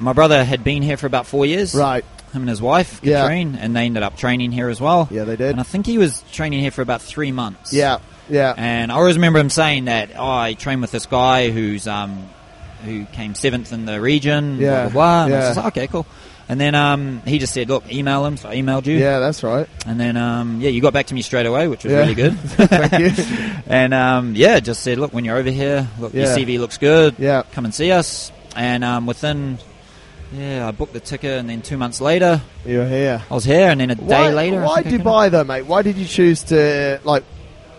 [SPEAKER 2] my brother had been here for about four years.
[SPEAKER 1] Right.
[SPEAKER 2] Him and his wife,
[SPEAKER 1] Yeah.
[SPEAKER 2] Katrine, and they ended up training here as well.
[SPEAKER 1] Yeah, they did.
[SPEAKER 2] And I think he was training here for about three months.
[SPEAKER 1] Yeah, yeah,
[SPEAKER 2] And I always remember him saying that oh, I trained with this guy who's um, who came seventh in the region.
[SPEAKER 1] Yeah,
[SPEAKER 2] Blah blah. blah. And I was
[SPEAKER 1] yeah.
[SPEAKER 2] just like, okay, cool. And then um, he just said, look, email him. So I emailed you.
[SPEAKER 1] yeah. That's right.
[SPEAKER 2] And then, um, yeah, you got back to me straight away, which was
[SPEAKER 1] Yeah.
[SPEAKER 2] really good.
[SPEAKER 1] Thank you.
[SPEAKER 2] and um, yeah, just said, look, when you're over here, look,
[SPEAKER 1] Yeah.
[SPEAKER 2] your CV looks good.
[SPEAKER 1] Yeah.
[SPEAKER 2] Come and see us. And um, within, yeah, I booked the ticket, and then two months later,
[SPEAKER 1] You're here.
[SPEAKER 2] I was here, and then a day
[SPEAKER 1] why,
[SPEAKER 2] later. I
[SPEAKER 1] why
[SPEAKER 2] think I came-
[SPEAKER 1] Dubai though, mate? Why did you choose to like?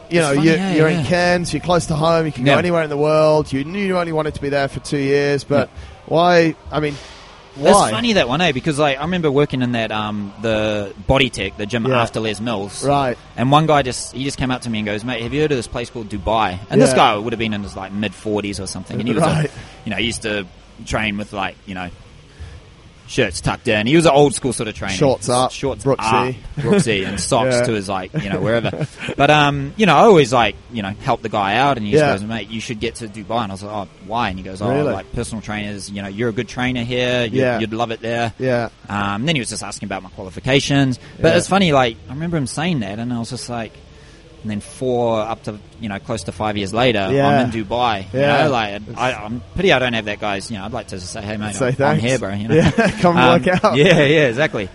[SPEAKER 1] You
[SPEAKER 2] It's
[SPEAKER 1] know,
[SPEAKER 2] funny,
[SPEAKER 1] you,
[SPEAKER 2] eh?
[SPEAKER 1] you're in
[SPEAKER 2] Yeah.
[SPEAKER 1] Cairns. You're close to home. You can go
[SPEAKER 2] Yeah.
[SPEAKER 1] anywhere in the world. You knew you only wanted to be there for two years, but why? I mean,
[SPEAKER 2] That's
[SPEAKER 1] why?
[SPEAKER 2] funny that one, eh? Because like, I remember working in that um, the Body Tech, the gym
[SPEAKER 1] Yeah.
[SPEAKER 2] after Les Mills,
[SPEAKER 1] Right.
[SPEAKER 2] And one guy just he just came up to me and goes, "Mate, have you heard of this place called Dubai?" And this
[SPEAKER 1] Yeah.
[SPEAKER 2] guy would have been in his like mid forties or something, and he was, a-
[SPEAKER 1] Right.
[SPEAKER 2] you know, he used to train with like you know shirts tucked in. He was an old school sort of trainer,
[SPEAKER 1] Shorts up,
[SPEAKER 2] shorts
[SPEAKER 1] Brooksy.
[SPEAKER 2] up, Brooksy, and socks
[SPEAKER 1] Yeah.
[SPEAKER 2] to his like you know wherever. But um, you know, I always like you know help the guy out, and he just
[SPEAKER 1] Yeah.
[SPEAKER 2] goes, "Mate, you should get to Dubai." And I was like, "Oh, why?" And he goes, "Oh,
[SPEAKER 1] Really?
[SPEAKER 2] like personal trainers. You know, you're a good trainer here. You'd,
[SPEAKER 1] Yeah.
[SPEAKER 2] you'd love it there."
[SPEAKER 1] Yeah.
[SPEAKER 2] Um, then he was just asking about my qualifications. But
[SPEAKER 1] Yeah.
[SPEAKER 2] it's funny, like, I remember him saying that, and I was just like, and then four up to, you know, close to five years later,
[SPEAKER 1] Yeah.
[SPEAKER 2] I'm in Dubai.
[SPEAKER 1] Yeah.
[SPEAKER 2] You know, like, I, I'm pity I don't have that guy's, you know, I'd like to say, hey, mate,
[SPEAKER 1] Say
[SPEAKER 2] I'm, I'm
[SPEAKER 1] thanks.
[SPEAKER 2] here, bro. You know? Um,
[SPEAKER 1] Yeah, come work out.
[SPEAKER 2] Yeah, yeah, exactly.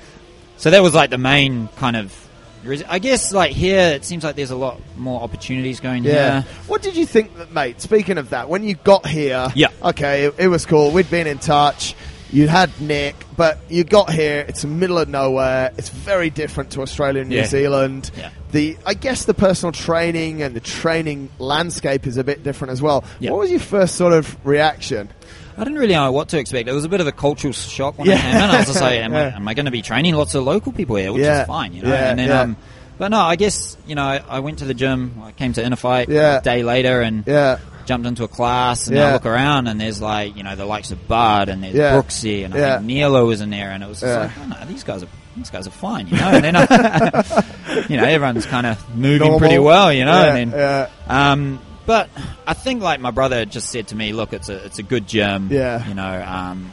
[SPEAKER 2] So that was like the main kind of, reason- I guess, like, here, it seems like there's a lot more opportunities going
[SPEAKER 1] Yeah.
[SPEAKER 2] here.
[SPEAKER 1] What did you think, that, mate? Speaking of that, when you got here,
[SPEAKER 2] Yeah.
[SPEAKER 1] okay, it, it was cool. We'd been in touch. You had Nick, but you got here. It's the middle of nowhere. It's very different to Australia and New
[SPEAKER 2] Yeah.
[SPEAKER 1] Zealand.
[SPEAKER 2] Yeah.
[SPEAKER 1] The I guess the personal training and the training landscape is a bit different as well.
[SPEAKER 2] Yeah.
[SPEAKER 1] What was your first sort of reaction?
[SPEAKER 2] I didn't really know what to expect. It was a bit of a cultural shock when
[SPEAKER 1] Yeah.
[SPEAKER 2] I came in. I was just like, am
[SPEAKER 1] Yeah.
[SPEAKER 2] I, am I going to be training lots of local people here, which
[SPEAKER 1] Yeah.
[SPEAKER 2] is fine, you know?
[SPEAKER 1] Yeah,
[SPEAKER 2] and then,
[SPEAKER 1] yeah.
[SPEAKER 2] um, but no, I guess, you know, I, I went to the gym, I came to Innerfight
[SPEAKER 1] Yeah.
[SPEAKER 2] a day later and
[SPEAKER 1] Yeah.
[SPEAKER 2] jumped into a class and
[SPEAKER 1] Yeah.
[SPEAKER 2] I look around and there's like, you know, the likes of Bud and there's
[SPEAKER 1] Yeah.
[SPEAKER 2] Brooksy and I
[SPEAKER 1] Yeah.
[SPEAKER 2] think Neilo was in there and it was just
[SPEAKER 1] Yeah.
[SPEAKER 2] like, oh, no, these guys are, these guys are fine, you know? And then, I, you know, everyone's kind of moving pretty
[SPEAKER 1] Normal?
[SPEAKER 2] well, you know?
[SPEAKER 1] Yeah,
[SPEAKER 2] and then,
[SPEAKER 1] yeah.
[SPEAKER 2] um, but I think like my brother just said to me, look, it's a it's a good gym.
[SPEAKER 1] Yeah.
[SPEAKER 2] You know, um,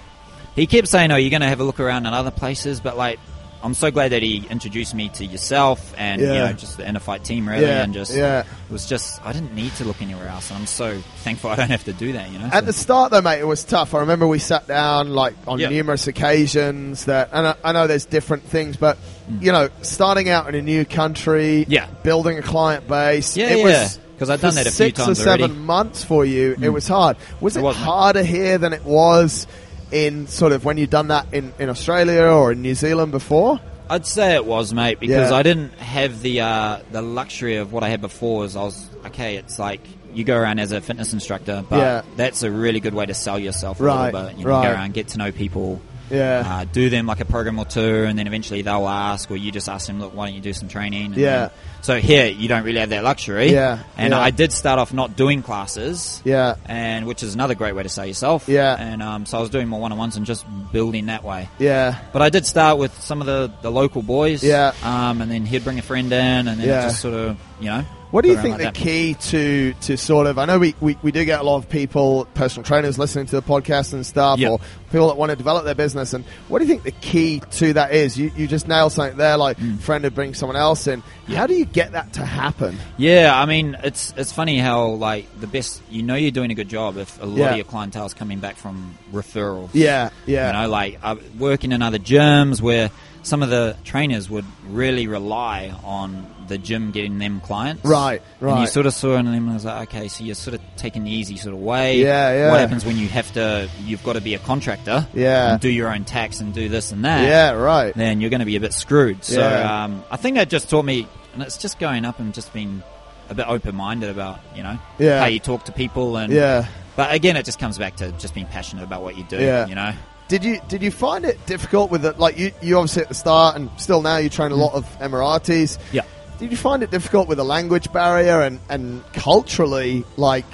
[SPEAKER 2] he kept saying, oh, you're going to have a look around at other places, but like I'm so glad that he introduced me to yourself and you
[SPEAKER 1] Yeah.
[SPEAKER 2] know just the inner fight team really,
[SPEAKER 1] Yeah,
[SPEAKER 2] and just
[SPEAKER 1] yeah.
[SPEAKER 2] it was just I didn't need to look anywhere else, and I'm so thankful I don't have to do that. You know,
[SPEAKER 1] At the start, though, mate, it was tough. I remember we sat down like on
[SPEAKER 2] Yeah.
[SPEAKER 1] numerous occasions that, and I, I know there's different things, but you know, starting out in a new country,
[SPEAKER 2] Mm. Yeah.
[SPEAKER 1] building a client base,
[SPEAKER 2] Yeah,
[SPEAKER 1] it
[SPEAKER 2] yeah.
[SPEAKER 1] was
[SPEAKER 2] 'Cause I'd
[SPEAKER 1] for
[SPEAKER 2] done that a few
[SPEAKER 1] six or
[SPEAKER 2] times
[SPEAKER 1] seven
[SPEAKER 2] already. Mm.
[SPEAKER 1] months for you. It was hard. Was
[SPEAKER 2] It
[SPEAKER 1] it,
[SPEAKER 2] was, mate.
[SPEAKER 1] harder here than it was in sort of when you'd done that in, in Australia or in New Zealand before?
[SPEAKER 2] I'd say it was, mate, because
[SPEAKER 1] Yeah.
[SPEAKER 2] I didn't have the uh, the luxury of what I had before. Is I was okay. It's like you go around as a fitness instructor, but
[SPEAKER 1] Yeah.
[SPEAKER 2] that's a really good way to sell yourself. A
[SPEAKER 1] Right,
[SPEAKER 2] little bit. You, know,
[SPEAKER 1] right.
[SPEAKER 2] go around, get to know people.
[SPEAKER 1] Yeah.
[SPEAKER 2] Uh, do them like a program or two, and then eventually they'll ask, or you just ask them, look, why don't you do some training? And
[SPEAKER 1] Yeah.
[SPEAKER 2] then- so here you don't really have that luxury.
[SPEAKER 1] Yeah,
[SPEAKER 2] And
[SPEAKER 1] yeah.
[SPEAKER 2] I did start off not doing classes.
[SPEAKER 1] Yeah.
[SPEAKER 2] And which is another great way to sell yourself.
[SPEAKER 1] Yeah.
[SPEAKER 2] And um, so I was doing more one on ones and just building that way.
[SPEAKER 1] Yeah,
[SPEAKER 2] But I did start with some of the, the local boys.
[SPEAKER 1] Yeah.
[SPEAKER 2] Um, and then he'd bring a friend in, and then it
[SPEAKER 1] Yeah.
[SPEAKER 2] just sort of, you know.
[SPEAKER 1] What do you
[SPEAKER 2] got
[SPEAKER 1] think
[SPEAKER 2] around
[SPEAKER 1] the
[SPEAKER 2] like that.
[SPEAKER 1] key to to sort of? I know we, we, we do get a lot of people, personal trainers, listening to the podcast and stuff,
[SPEAKER 2] Yep.
[SPEAKER 1] or people that want to develop their business. And what do you think the key to that is? You you just nail something there, like
[SPEAKER 2] Hmm.
[SPEAKER 1] friend to bring someone else in. How do you get that to happen?
[SPEAKER 2] Yeah, I mean, it's it's funny how like the best you know you're doing a good job if a lot
[SPEAKER 1] Yeah.
[SPEAKER 2] of your clientele is coming back from referrals.
[SPEAKER 1] Yeah, yeah,
[SPEAKER 2] You know, like I working in other gyms where some of the trainers would really rely on the gym getting them clients.
[SPEAKER 1] Right,
[SPEAKER 2] And you
[SPEAKER 1] right.
[SPEAKER 2] sort of saw it and then I was like, okay, so you're sort of taking the easy sort of way.
[SPEAKER 1] Yeah, yeah.
[SPEAKER 2] What happens when you have to, you've got to be a contractor.
[SPEAKER 1] Yeah.
[SPEAKER 2] And do your own tax and do this and that.
[SPEAKER 1] yeah, right.
[SPEAKER 2] Then you're going to be a bit screwed. So
[SPEAKER 1] Yeah.
[SPEAKER 2] um, I think that just taught me, and it's just going up and just being a bit open minded about, you know,
[SPEAKER 1] Yeah.
[SPEAKER 2] how you talk to people and.
[SPEAKER 1] Yeah.
[SPEAKER 2] But again, it just comes back to just being passionate about what you do.
[SPEAKER 1] Yeah.
[SPEAKER 2] You know.
[SPEAKER 1] Did you did you find it difficult with it? Like you, you obviously at the start and still now you
[SPEAKER 2] Hmm.
[SPEAKER 1] train a lot of Emiratis.
[SPEAKER 2] Yeah.
[SPEAKER 1] Did you find it difficult with the language barrier and, and culturally like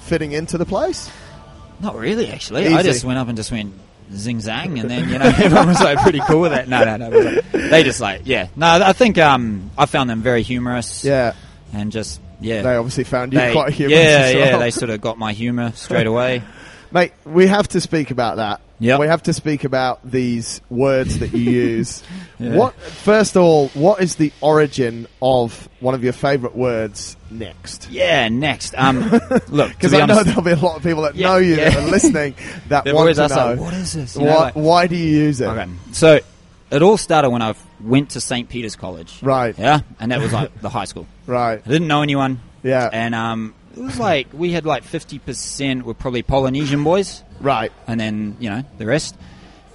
[SPEAKER 1] fitting into the place?
[SPEAKER 2] Not really, actually.
[SPEAKER 1] Easy.
[SPEAKER 2] I just went up and just went zing zang, and then you know everyone was like pretty cool with that. No, no, no. it was like- they just like yeah. No, I think um, I found them very humorous.
[SPEAKER 1] Yeah.
[SPEAKER 2] and just yeah.
[SPEAKER 1] They obviously found you quite humorous.
[SPEAKER 2] Yeah,
[SPEAKER 1] as well.
[SPEAKER 2] yeah. They sort of got my humor straight away.
[SPEAKER 1] Mate, we have to speak about that.
[SPEAKER 2] Yep.
[SPEAKER 1] We have to speak about these words that you use.
[SPEAKER 2] Yeah.
[SPEAKER 1] What first of all, what is the origin of one of your favorite words next?
[SPEAKER 2] yeah. Next, um, look to
[SPEAKER 1] Because
[SPEAKER 2] be
[SPEAKER 1] I know
[SPEAKER 2] honest,
[SPEAKER 1] there'll be a lot of people that
[SPEAKER 2] Yeah,
[SPEAKER 1] know you that
[SPEAKER 2] yeah.
[SPEAKER 1] are listening that
[SPEAKER 2] They've
[SPEAKER 1] want
[SPEAKER 2] always
[SPEAKER 1] to
[SPEAKER 2] asked,
[SPEAKER 1] know.
[SPEAKER 2] like, what is this? You
[SPEAKER 1] Why,
[SPEAKER 2] know, like-
[SPEAKER 1] why do you use it?
[SPEAKER 2] Okay. So it all started when I went to St. Peter's College.
[SPEAKER 1] Right.
[SPEAKER 2] Yeah. And that was like the high school.
[SPEAKER 1] Right.
[SPEAKER 2] I didn't know anyone.
[SPEAKER 1] Yeah.
[SPEAKER 2] And um, it was like we had like 50% were probably Polynesian boys.
[SPEAKER 1] Right.
[SPEAKER 2] And then, you know, the rest.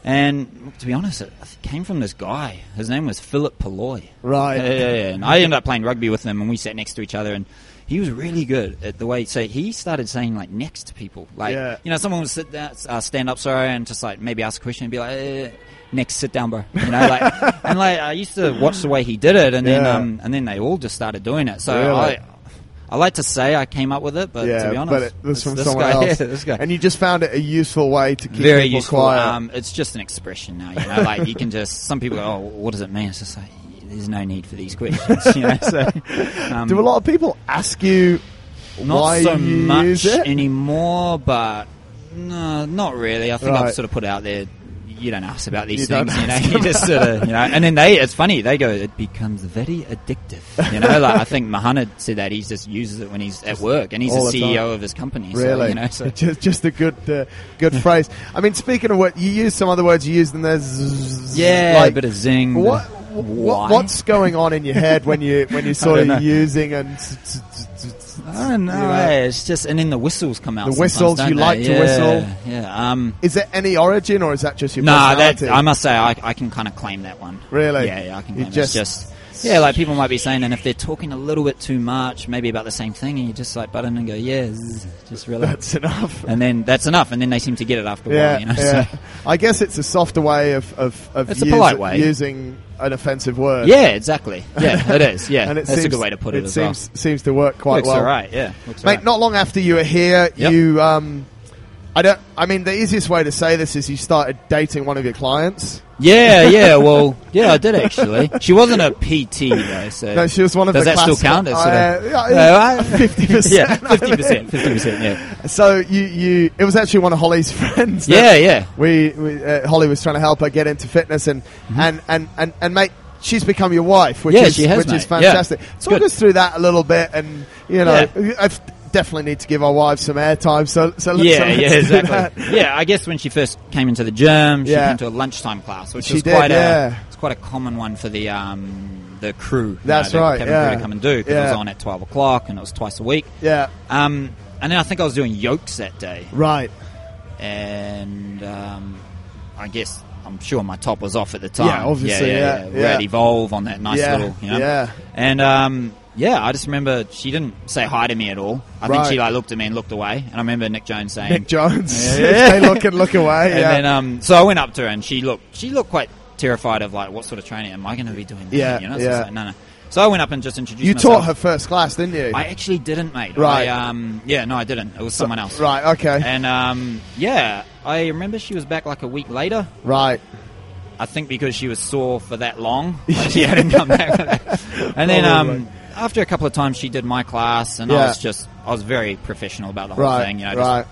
[SPEAKER 2] And to be honest, it came from this guy. His name was Philip Palloy.
[SPEAKER 1] Right.
[SPEAKER 2] Yeah, yeah, yeah. And I ended up playing rugby with him and we sat next to each other and he was really good at the way. So he started saying like next to people. Like,
[SPEAKER 1] Yeah.
[SPEAKER 2] you know, someone would sit down, uh, stand up, sorry, and just like maybe ask a question and be like, eh, next, sit down, bro. You know, like, and like I used to watch the way he did it and then,
[SPEAKER 1] Yeah.
[SPEAKER 2] um, and then they all just started doing it. So
[SPEAKER 1] Really?
[SPEAKER 2] I, I like to say I came up with it, but
[SPEAKER 1] yeah,
[SPEAKER 2] to be honest,
[SPEAKER 1] but it was
[SPEAKER 2] it's
[SPEAKER 1] from
[SPEAKER 2] this
[SPEAKER 1] someone
[SPEAKER 2] guy.
[SPEAKER 1] else.
[SPEAKER 2] Yeah, this guy
[SPEAKER 1] And you just found it a useful way to keep
[SPEAKER 2] very
[SPEAKER 1] people
[SPEAKER 2] useful.
[SPEAKER 1] quiet.
[SPEAKER 2] Um, it's just an expression now. You know, like you can just some people go, "Oh, what does it mean?" It's just like there's no need for these questions. You know, so um,
[SPEAKER 1] do a lot of people ask you
[SPEAKER 2] not
[SPEAKER 1] why
[SPEAKER 2] so
[SPEAKER 1] you
[SPEAKER 2] much
[SPEAKER 1] use it?
[SPEAKER 2] anymore, but no, not really. I think
[SPEAKER 1] Right.
[SPEAKER 2] I've sort of put out there. You don't ask about these
[SPEAKER 1] You don't
[SPEAKER 2] things, you know.
[SPEAKER 1] ask
[SPEAKER 2] You just sort of, you know. And then they—it's funny. They go, it becomes very addictive, you know. Like I think Mohammed said that he just uses it when he's at work, and he's
[SPEAKER 1] all
[SPEAKER 2] the
[SPEAKER 1] the time.
[SPEAKER 2] CEO of his company. so,
[SPEAKER 1] Really,
[SPEAKER 2] you know. So
[SPEAKER 1] just just a good uh, good phrase. I mean, speaking of what you use, some other words you use, and there's
[SPEAKER 2] yeah,
[SPEAKER 1] like
[SPEAKER 2] a bit of zing. but
[SPEAKER 1] what, what
[SPEAKER 2] why?
[SPEAKER 1] what's going on in your head when you when you're sort
[SPEAKER 2] I don't
[SPEAKER 1] of
[SPEAKER 2] know.
[SPEAKER 1] using and
[SPEAKER 2] I don't know.
[SPEAKER 1] You know?
[SPEAKER 2] eh, It's just, and then the whistles come out.
[SPEAKER 1] The
[SPEAKER 2] sometimes,
[SPEAKER 1] whistles,
[SPEAKER 2] don't
[SPEAKER 1] you
[SPEAKER 2] they?
[SPEAKER 1] like to
[SPEAKER 2] Yeah,
[SPEAKER 1] whistle.
[SPEAKER 2] Yeah. Um,
[SPEAKER 1] is there any origin or is that just your
[SPEAKER 2] nah, that
[SPEAKER 1] personality?
[SPEAKER 2] I must say, I, I can kind of claim that one.
[SPEAKER 1] Really?
[SPEAKER 2] Yeah, yeah, I can
[SPEAKER 1] You
[SPEAKER 2] claim it.
[SPEAKER 1] just-
[SPEAKER 2] It's just. Yeah, like people might be saying, and if they're talking a little bit too much, maybe about the same thing, and you just like butt in and go, yeah, zzz, just relax.
[SPEAKER 1] That's enough.
[SPEAKER 2] and then that's enough, and then they seem to get it after a
[SPEAKER 1] Yeah,
[SPEAKER 2] while, you know?
[SPEAKER 1] yeah.
[SPEAKER 2] So,
[SPEAKER 1] I guess it's a softer way of of, of
[SPEAKER 2] It's a polite way.
[SPEAKER 1] using an offensive word.
[SPEAKER 2] yeah, exactly. Yeah, it is. Yeah,
[SPEAKER 1] and it
[SPEAKER 2] that's
[SPEAKER 1] seems,
[SPEAKER 2] a good way to put it,
[SPEAKER 1] It
[SPEAKER 2] as
[SPEAKER 1] seems seems to work
[SPEAKER 2] well.
[SPEAKER 1] quite
[SPEAKER 2] Looks
[SPEAKER 1] well.
[SPEAKER 2] all right. Yeah, looks all
[SPEAKER 1] Mate,
[SPEAKER 2] right.
[SPEAKER 1] not long after you were here,
[SPEAKER 2] Yep.
[SPEAKER 1] you um, I don't. I mean, the easiest way to say this is you started dating one of your clients.
[SPEAKER 2] Yeah, yeah. Well, yeah, I did actually. She wasn't a PT though, so
[SPEAKER 1] No, she was one of
[SPEAKER 2] does
[SPEAKER 1] the. Uh,
[SPEAKER 2] that still count as sort of?
[SPEAKER 1] Fifty
[SPEAKER 2] yeah,
[SPEAKER 1] percent.
[SPEAKER 2] fifty percent, fifty percent. Yeah,
[SPEAKER 1] So you, you, it was actually one of Holly's friends. that
[SPEAKER 2] yeah, yeah.
[SPEAKER 1] We, we uh, Holly was trying to help her get into fitness and and, and, and and mate, she's become your wife, which
[SPEAKER 2] Mm-hmm. Yeah,
[SPEAKER 1] is
[SPEAKER 2] she has,
[SPEAKER 1] which
[SPEAKER 2] mate.
[SPEAKER 1] is fantastic.
[SPEAKER 2] Yeah. It's
[SPEAKER 1] Talk
[SPEAKER 2] good.
[SPEAKER 1] us through that a little bit, and you know,
[SPEAKER 2] Yeah.
[SPEAKER 1] I f- definitely need to give our wives some airtime. So so let's, so
[SPEAKER 2] Yeah,
[SPEAKER 1] let's
[SPEAKER 2] yeah,
[SPEAKER 1] do that.
[SPEAKER 2] exactly. Yeah, I guess when she first came into the gym, she
[SPEAKER 1] Yeah.
[SPEAKER 2] came to a lunchtime class, which
[SPEAKER 1] She
[SPEAKER 2] is
[SPEAKER 1] did,
[SPEAKER 2] quite
[SPEAKER 1] yeah.
[SPEAKER 2] a it's quite a common one for the um, the crew. you
[SPEAKER 1] That's
[SPEAKER 2] know, the
[SPEAKER 1] right,
[SPEAKER 2] cabin
[SPEAKER 1] yeah.
[SPEAKER 2] crew to come and do 'cause
[SPEAKER 1] Yeah.
[SPEAKER 2] it was on at twelve o'clock and it was twice a week.
[SPEAKER 1] Yeah,
[SPEAKER 2] Um, and then I think I was doing yokes that day,
[SPEAKER 1] right.
[SPEAKER 2] and um, I guess I'm sure my top was off at the time.
[SPEAKER 1] Yeah, obviously, yeah,
[SPEAKER 2] We're at
[SPEAKER 1] yeah.
[SPEAKER 2] Evolve on that nice
[SPEAKER 1] Yeah,
[SPEAKER 2] little, you know.
[SPEAKER 1] yeah.
[SPEAKER 2] And um, yeah, I just remember she didn't say hi to me at all. I think
[SPEAKER 1] Right.
[SPEAKER 2] she like looked at me and looked away. And I remember Nick Jones saying,
[SPEAKER 1] Nick Jones,
[SPEAKER 2] Yeah, yeah.
[SPEAKER 1] they look and look away.
[SPEAKER 2] and
[SPEAKER 1] yeah.
[SPEAKER 2] then um, so I went up to her and she looked she looked quite terrified of like what sort of training am I going to be doing?
[SPEAKER 1] Yeah,
[SPEAKER 2] you know? So
[SPEAKER 1] yeah.
[SPEAKER 2] it's like, no, no. So I went up and just introduced.
[SPEAKER 1] you
[SPEAKER 2] myself.
[SPEAKER 1] taught her first class, didn't you?
[SPEAKER 2] I actually didn't, mate.
[SPEAKER 1] Right.
[SPEAKER 2] I, um, yeah, no, I didn't. It was someone else.
[SPEAKER 1] right. Okay.
[SPEAKER 2] And um, yeah, I remember she was back like a week later.
[SPEAKER 1] right.
[SPEAKER 2] I think because she was sore for that long, like, she hadn't come back. For that. And then
[SPEAKER 1] Probably.
[SPEAKER 2] um, after a couple of times, she did my class, and
[SPEAKER 1] Yeah.
[SPEAKER 2] I was just I was very professional about the whole
[SPEAKER 1] Right.
[SPEAKER 2] thing. You know, just,
[SPEAKER 1] right.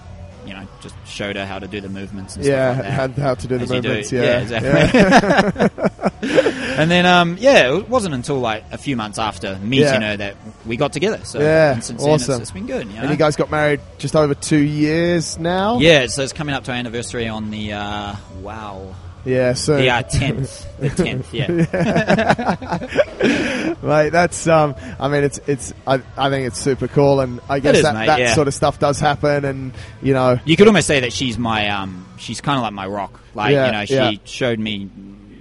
[SPEAKER 2] you know, just showed her how to do the movements. And
[SPEAKER 1] Yeah.
[SPEAKER 2] stuff like that.
[SPEAKER 1] How, how to do the
[SPEAKER 2] As you do.
[SPEAKER 1] movements?
[SPEAKER 2] Yeah,
[SPEAKER 1] Yeah.
[SPEAKER 2] exactly. And then, um, yeah, it wasn't until like a few months after meeting
[SPEAKER 1] Yeah.
[SPEAKER 2] her that we got together. So
[SPEAKER 1] Yeah,
[SPEAKER 2] and since then, it's-
[SPEAKER 1] awesome.
[SPEAKER 2] it's been good. You know?
[SPEAKER 1] And you guys got married just over two years now.
[SPEAKER 2] yeah, so it's coming up to our anniversary on the uh, wow,
[SPEAKER 1] Yeah. So
[SPEAKER 2] the uh, tenth, the tenth. Yeah,
[SPEAKER 1] Right, that's um. I mean, it's it's. I, I think it's super cool, and I guess
[SPEAKER 2] is,
[SPEAKER 1] that,
[SPEAKER 2] mate,
[SPEAKER 1] that
[SPEAKER 2] yeah.
[SPEAKER 1] sort of stuff does happen, and you know,
[SPEAKER 2] you could almost say that she's my, um, she's kind of like my rock. Like
[SPEAKER 1] Yeah,
[SPEAKER 2] you know, she
[SPEAKER 1] yeah.
[SPEAKER 2] showed me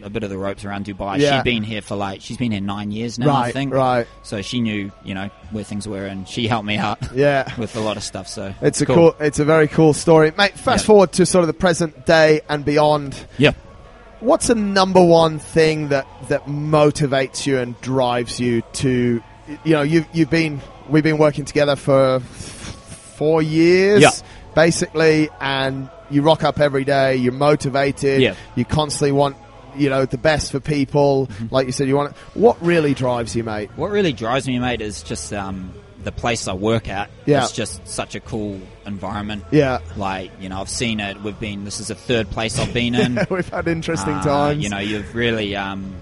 [SPEAKER 2] a bit of the ropes around Dubai.
[SPEAKER 1] Yeah.
[SPEAKER 2] She's been here for like she's been here nine years now, I
[SPEAKER 1] right,
[SPEAKER 2] think.
[SPEAKER 1] right,
[SPEAKER 2] So she knew, you know, where things were, and she helped me out
[SPEAKER 1] yeah.
[SPEAKER 2] with a lot of stuff. So
[SPEAKER 1] It's a cool. It's a very cool story, mate. Fast
[SPEAKER 2] Yeah.
[SPEAKER 1] forward to sort of the present day and beyond.
[SPEAKER 2] Yeah.
[SPEAKER 1] What's the number one thing that that motivates you and drives you to? You know, you've you've been we've been working together for f- four years,
[SPEAKER 2] Yeah.
[SPEAKER 1] basically, and you rock up every day. You're motivated.
[SPEAKER 2] Yeah.
[SPEAKER 1] You constantly want you know the best for people.
[SPEAKER 2] Mm-hmm.
[SPEAKER 1] Like you said, you want it. What really drives you, mate?
[SPEAKER 2] What really drives me, mate, is just um, the place I work at.
[SPEAKER 1] Yeah.
[SPEAKER 2] It's just such a cool environment.
[SPEAKER 1] Yeah,
[SPEAKER 2] Like, you know, I've seen it. We've been, this is the third place I've been in.
[SPEAKER 1] we've had interesting
[SPEAKER 2] Uh,
[SPEAKER 1] times.
[SPEAKER 2] You know, you've really, um,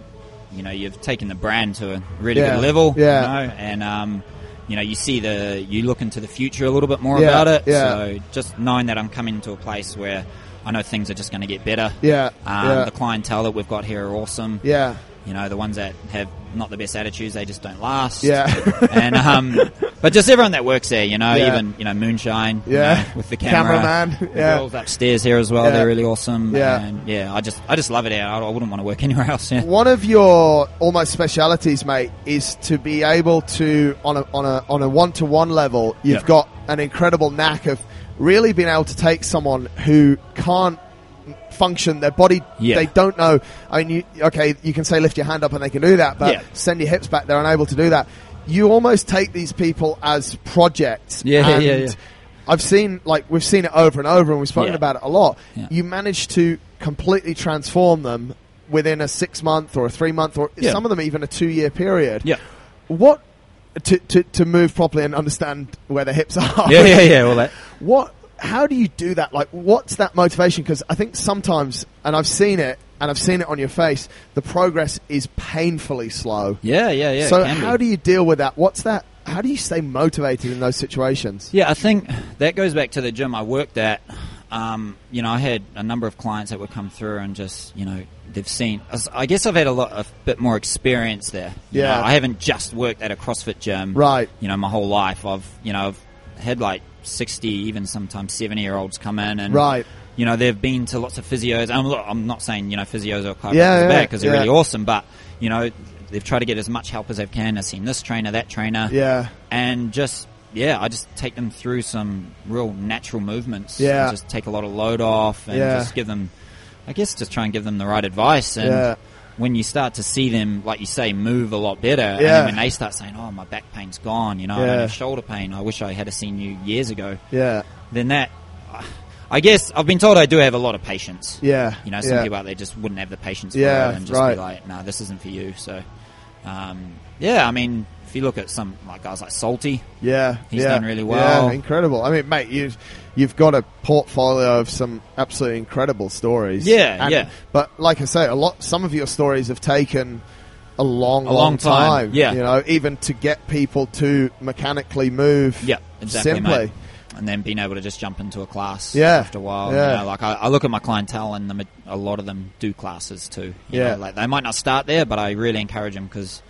[SPEAKER 2] you know, you've taken the brand to a really
[SPEAKER 1] Yeah.
[SPEAKER 2] good level.
[SPEAKER 1] Yeah.
[SPEAKER 2] You know? And, um, you know, you see the, you look into the future a little bit more
[SPEAKER 1] Yeah.
[SPEAKER 2] about it.
[SPEAKER 1] Yeah.
[SPEAKER 2] So just knowing that I'm coming to a place where I know things are just going to get better.
[SPEAKER 1] yeah,
[SPEAKER 2] Um,
[SPEAKER 1] yeah,
[SPEAKER 2] The clientele that we've got here are awesome.
[SPEAKER 1] yeah,
[SPEAKER 2] You know, the ones that have not the best attitudes, they just don't last.
[SPEAKER 1] yeah.
[SPEAKER 2] and um, but just everyone that works there, you know,
[SPEAKER 1] Yeah.
[SPEAKER 2] even you know Moonshine, you
[SPEAKER 1] Yeah.
[SPEAKER 2] know, with the camera,
[SPEAKER 1] Cameraman,
[SPEAKER 2] the
[SPEAKER 1] yeah.
[SPEAKER 2] girls upstairs here as well,
[SPEAKER 1] Yeah.
[SPEAKER 2] they're really awesome,
[SPEAKER 1] Yeah.
[SPEAKER 2] and yeah, I just I just love it here. I, I wouldn't want to work anywhere else. Yeah.
[SPEAKER 1] One of your almost specialities, mate, is to be able to on a on a on a one to one level. You've
[SPEAKER 2] Yeah.
[SPEAKER 1] got an incredible knack of really being able to take someone who can't function their body
[SPEAKER 2] Yeah.
[SPEAKER 1] they don't know i mean you, okay you can say lift your hand up and they can do that but
[SPEAKER 2] Yeah.
[SPEAKER 1] send your hips back they're unable to do that you almost take these people as projects
[SPEAKER 2] Yeah, yeah,
[SPEAKER 1] and
[SPEAKER 2] yeah.
[SPEAKER 1] i've seen like we've seen it over and over and we've spoken
[SPEAKER 2] Yeah.
[SPEAKER 1] about it a lot
[SPEAKER 2] Yeah.
[SPEAKER 1] you manage to completely transform them within a six month or a three month or
[SPEAKER 2] Yeah.
[SPEAKER 1] some of them even a two year period.
[SPEAKER 2] Yeah.
[SPEAKER 1] What to, to, to move properly and understand where the hips are.
[SPEAKER 2] yeah, yeah, yeah, all that.
[SPEAKER 1] What? How do you do that? Like, what's that motivation? Because I think sometimes, and I've seen it, and I've seen it on your face, the progress is painfully slow.
[SPEAKER 2] Yeah, yeah, yeah.
[SPEAKER 1] so,
[SPEAKER 2] it can
[SPEAKER 1] how do
[SPEAKER 2] be.
[SPEAKER 1] you deal with that? What's that? How do you stay motivated in those situations?
[SPEAKER 2] Yeah, I think that goes back to the gym I worked at. Um, you know, I had a number of clients that would come through and just, you know, they've seen. I s- I guess I've had a lot, a bit more experience there. You
[SPEAKER 1] Yeah.
[SPEAKER 2] know, I haven't just worked at a CrossFit gym,
[SPEAKER 1] Right.
[SPEAKER 2] You know, my whole life. I've, you know, I've had like sixty, even sometimes seventy-year-olds come in and,
[SPEAKER 1] Right.
[SPEAKER 2] You know, they've been to lots of physios. I'm, look, I'm not saying you know physios or chiropractors
[SPEAKER 1] Yeah, yeah,
[SPEAKER 2] are bad because
[SPEAKER 1] yeah.
[SPEAKER 2] they're really awesome, but you know, they've tried to get as much help as they can. I've seen this trainer, that trainer,
[SPEAKER 1] Yeah.
[SPEAKER 2] and just yeah, I just take them through some real natural movements.
[SPEAKER 1] Yeah.
[SPEAKER 2] And just take a lot of load off and
[SPEAKER 1] Yeah.
[SPEAKER 2] just give them, I guess, just try and give them the right advice. And
[SPEAKER 1] Yeah.
[SPEAKER 2] when you start to see them, like you say, move a lot better, and
[SPEAKER 1] Yeah.
[SPEAKER 2] then when they start saying, "Oh, my back pain's gone," you know, I
[SPEAKER 1] Yeah.
[SPEAKER 2] don't have shoulder pain. I wish I had seen you years ago.
[SPEAKER 1] Yeah.
[SPEAKER 2] Then that, I guess I've been told I do have a lot of patience.
[SPEAKER 1] Yeah.
[SPEAKER 2] You know, some
[SPEAKER 1] yeah.
[SPEAKER 2] people out there just wouldn't have the patience
[SPEAKER 1] Yeah,
[SPEAKER 2] for it and just
[SPEAKER 1] right.
[SPEAKER 2] be like, "No, this isn't for you." So, um, yeah, I mean, if you look at some like guys like Salty,
[SPEAKER 1] Yeah,
[SPEAKER 2] He's
[SPEAKER 1] yeah,
[SPEAKER 2] done really well.
[SPEAKER 1] Yeah, incredible. I mean, mate, you've you've got a portfolio of some absolutely incredible stories.
[SPEAKER 2] Yeah,
[SPEAKER 1] And-
[SPEAKER 2] yeah.
[SPEAKER 1] But like I say, a lot. Some of your stories have taken a long,
[SPEAKER 2] A long time, yeah.
[SPEAKER 1] you know, even to get people to mechanically move.
[SPEAKER 2] yeah, exactly,
[SPEAKER 1] simply.
[SPEAKER 2] mate. And then being able to just jump into a class
[SPEAKER 1] Yeah,
[SPEAKER 2] after a while. you
[SPEAKER 1] yeah.
[SPEAKER 2] know, like I, I look at my clientele, and the, ma- a lot of them do classes too. you
[SPEAKER 1] Yeah.
[SPEAKER 2] know, like they might not start there, but I really encourage them because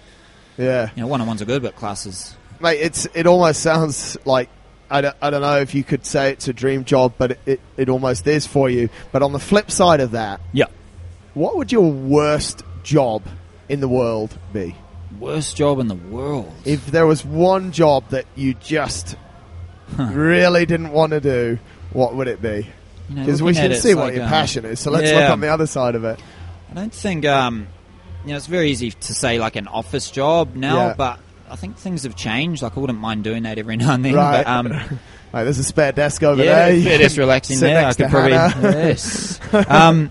[SPEAKER 1] Yeah,
[SPEAKER 2] you know one on ones are good, but classes.
[SPEAKER 1] mate. It's it almost sounds like. I don't, I don't know if you could say it's a dream job, but it, it, it almost is for you. But on the flip side of that,
[SPEAKER 2] Yeah.
[SPEAKER 1] what would your worst job in the world be?
[SPEAKER 2] Worst job in the world.
[SPEAKER 1] if there was one job that you just really didn't want to do, what would it be?
[SPEAKER 2] You know,
[SPEAKER 1] Because we
[SPEAKER 2] looking at
[SPEAKER 1] can
[SPEAKER 2] it,
[SPEAKER 1] see
[SPEAKER 2] it's
[SPEAKER 1] what
[SPEAKER 2] like,
[SPEAKER 1] your
[SPEAKER 2] um,
[SPEAKER 1] passion is. So let's
[SPEAKER 2] yeah.
[SPEAKER 1] look on the other side of it.
[SPEAKER 2] I don't think um, you know it's very easy to say like an office job now,
[SPEAKER 1] Yeah.
[SPEAKER 2] but I think things have changed. Like I wouldn't mind doing that every now and then.
[SPEAKER 1] Right.
[SPEAKER 2] But, um,
[SPEAKER 1] Right, there's a spare desk over
[SPEAKER 2] yeah,
[SPEAKER 1] there. You
[SPEAKER 2] it is
[SPEAKER 1] can
[SPEAKER 2] relaxing
[SPEAKER 1] sit
[SPEAKER 2] there. I
[SPEAKER 1] next
[SPEAKER 2] could
[SPEAKER 1] to
[SPEAKER 2] probably
[SPEAKER 1] Hannah.
[SPEAKER 2] yes. Um,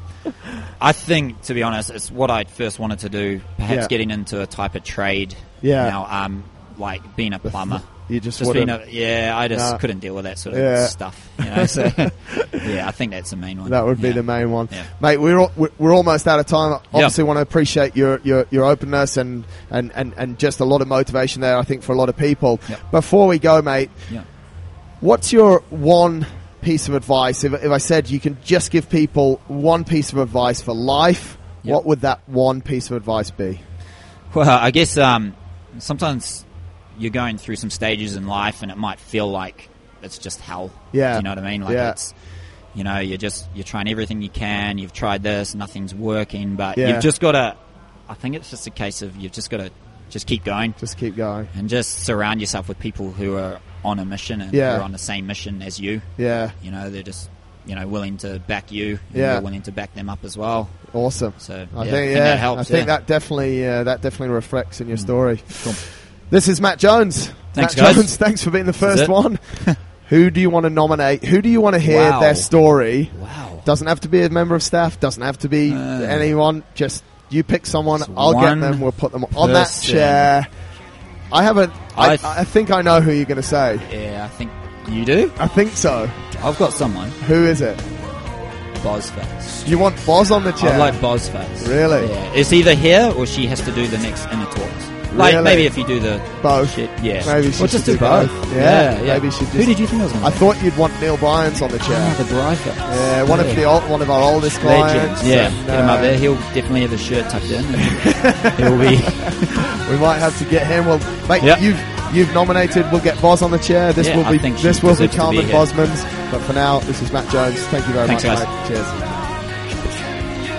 [SPEAKER 2] I think to be honest, it's what I first wanted to do. Perhaps
[SPEAKER 1] Yeah.
[SPEAKER 2] getting into a type of trade.
[SPEAKER 1] Yeah.
[SPEAKER 2] Now, um, like being a plumber.
[SPEAKER 1] You just,
[SPEAKER 2] Just being
[SPEAKER 1] wouldn't.
[SPEAKER 2] a, yeah, I just
[SPEAKER 1] Nah.
[SPEAKER 2] couldn't deal with that sort of
[SPEAKER 1] Yeah.
[SPEAKER 2] stuff. You know, so yeah, I think that's the main one.
[SPEAKER 1] That would be
[SPEAKER 2] Yeah.
[SPEAKER 1] the main one,
[SPEAKER 2] Yeah.
[SPEAKER 1] mate. We're al- we're- we're almost out of time. Obviously, want to appreciate your, your, your openness and, and, and, and just a lot of motivation there. I think for a lot of people.
[SPEAKER 2] Yep.
[SPEAKER 1] Before we go, mate,
[SPEAKER 2] Yeah.
[SPEAKER 1] What's your one piece of advice? If, if I said you can just give people one piece of advice for life,
[SPEAKER 2] Yep.
[SPEAKER 1] what would that one piece of advice be?
[SPEAKER 2] Well, I guess um, sometimes you're going through some stages in life, and it might feel like it's just hell.
[SPEAKER 1] Yeah.
[SPEAKER 2] Do you know what I mean? Like
[SPEAKER 1] Yeah.
[SPEAKER 2] it's, you know, you're just you're trying everything you can. You've tried this, nothing's working, but
[SPEAKER 1] Yeah.
[SPEAKER 2] you've just got to. I think it's just a case of you've just got to just keep going
[SPEAKER 1] Just keep going.
[SPEAKER 2] and just surround yourself with people who are on a mission and
[SPEAKER 1] Yeah.
[SPEAKER 2] who are on the same mission as you.
[SPEAKER 1] Yeah,
[SPEAKER 2] You know, they're just you know willing to back you. And
[SPEAKER 1] Yeah.
[SPEAKER 2] You're willing to back them up as well.
[SPEAKER 1] awesome.
[SPEAKER 2] So
[SPEAKER 1] I
[SPEAKER 2] yeah,
[SPEAKER 1] think yeah,
[SPEAKER 2] that helps.
[SPEAKER 1] I think
[SPEAKER 2] yeah. Mm.
[SPEAKER 1] that definitely uh, that definitely reflects in your story.
[SPEAKER 2] Cool.
[SPEAKER 1] This is Matt Jones.
[SPEAKER 2] Thanks,
[SPEAKER 1] Matt
[SPEAKER 2] guys.
[SPEAKER 1] Jones. Thanks for being the
[SPEAKER 2] is
[SPEAKER 1] first
[SPEAKER 2] it.
[SPEAKER 1] one. Who do you want to nominate? Who do you want to hear
[SPEAKER 2] Wow.
[SPEAKER 1] their story?
[SPEAKER 2] Wow.
[SPEAKER 1] Doesn't have to be a member of staff. Doesn't have to be
[SPEAKER 2] Uh.
[SPEAKER 1] anyone. Just you pick someone.
[SPEAKER 2] Just
[SPEAKER 1] I'll get
[SPEAKER 2] one
[SPEAKER 1] them. We'll put them on that
[SPEAKER 2] person.
[SPEAKER 1] chair. I haven't. I,
[SPEAKER 2] I th-
[SPEAKER 1] I think I know who you're going to say.
[SPEAKER 2] Yeah, I think you do.
[SPEAKER 1] I think so.
[SPEAKER 2] I've got someone.
[SPEAKER 1] Who is it?
[SPEAKER 2] Bozface.
[SPEAKER 1] You want Boz on the chair?
[SPEAKER 2] I like Bozface.
[SPEAKER 1] Really?
[SPEAKER 2] Yeah. It's either here or she has to do the next inner talks. Like
[SPEAKER 1] Really?
[SPEAKER 2] maybe if you do the
[SPEAKER 1] Both.
[SPEAKER 2] shit, yeah.
[SPEAKER 1] Maybe she
[SPEAKER 2] or
[SPEAKER 1] should
[SPEAKER 2] just
[SPEAKER 1] do
[SPEAKER 2] do both.
[SPEAKER 1] both. Yeah, maybe she
[SPEAKER 2] Who
[SPEAKER 1] just-
[SPEAKER 2] did you think I was going to?
[SPEAKER 1] I thought you'd want Neil Byans on the chair.
[SPEAKER 2] Ah, the Bryface.
[SPEAKER 1] Yeah, one of the old, one of our oldest clients.
[SPEAKER 2] legends. Yeah,
[SPEAKER 1] and,
[SPEAKER 2] get him
[SPEAKER 1] uh,
[SPEAKER 2] up there. He'll definitely have his shirt tucked in. and He'll be.
[SPEAKER 1] uh, We might have to get him. Well, mate,
[SPEAKER 2] Yeah.
[SPEAKER 1] you've you've nominated. We'll get Boz on the chair. This
[SPEAKER 2] Yeah,
[SPEAKER 1] will
[SPEAKER 2] I
[SPEAKER 1] be
[SPEAKER 2] think she
[SPEAKER 1] this will be
[SPEAKER 2] deserves to be
[SPEAKER 1] Carmen
[SPEAKER 2] here.
[SPEAKER 1] Bosman's. But for now, this is Matt Jones. Thank you very
[SPEAKER 2] Thanks,
[SPEAKER 1] much.
[SPEAKER 2] guys.
[SPEAKER 1] Mate. Cheers.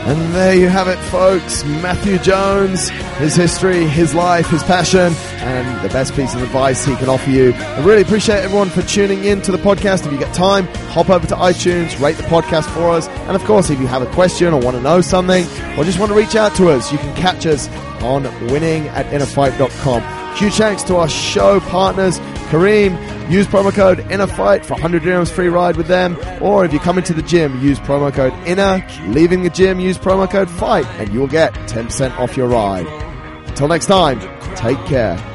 [SPEAKER 1] And there you have it, folks. Matthew Jones, his history, his life, his passion, and the best piece of advice he can offer you. I really appreciate everyone for tuning in to the podcast. If you get time, hop over to iTunes, rate the podcast for us. And of course, if you have a question or want to know something or just want to reach out to us, you can catch us on winning at innerfight.com. Huge thanks to our show partners, Kareem. Use promo code INNERFIGHT for 100 dirhams free ride with them. Or if you come into the gym, use promo code INNER. Leaving the gym, use promo code FIGHT and you'll get 10% off your ride. Until next time, take care.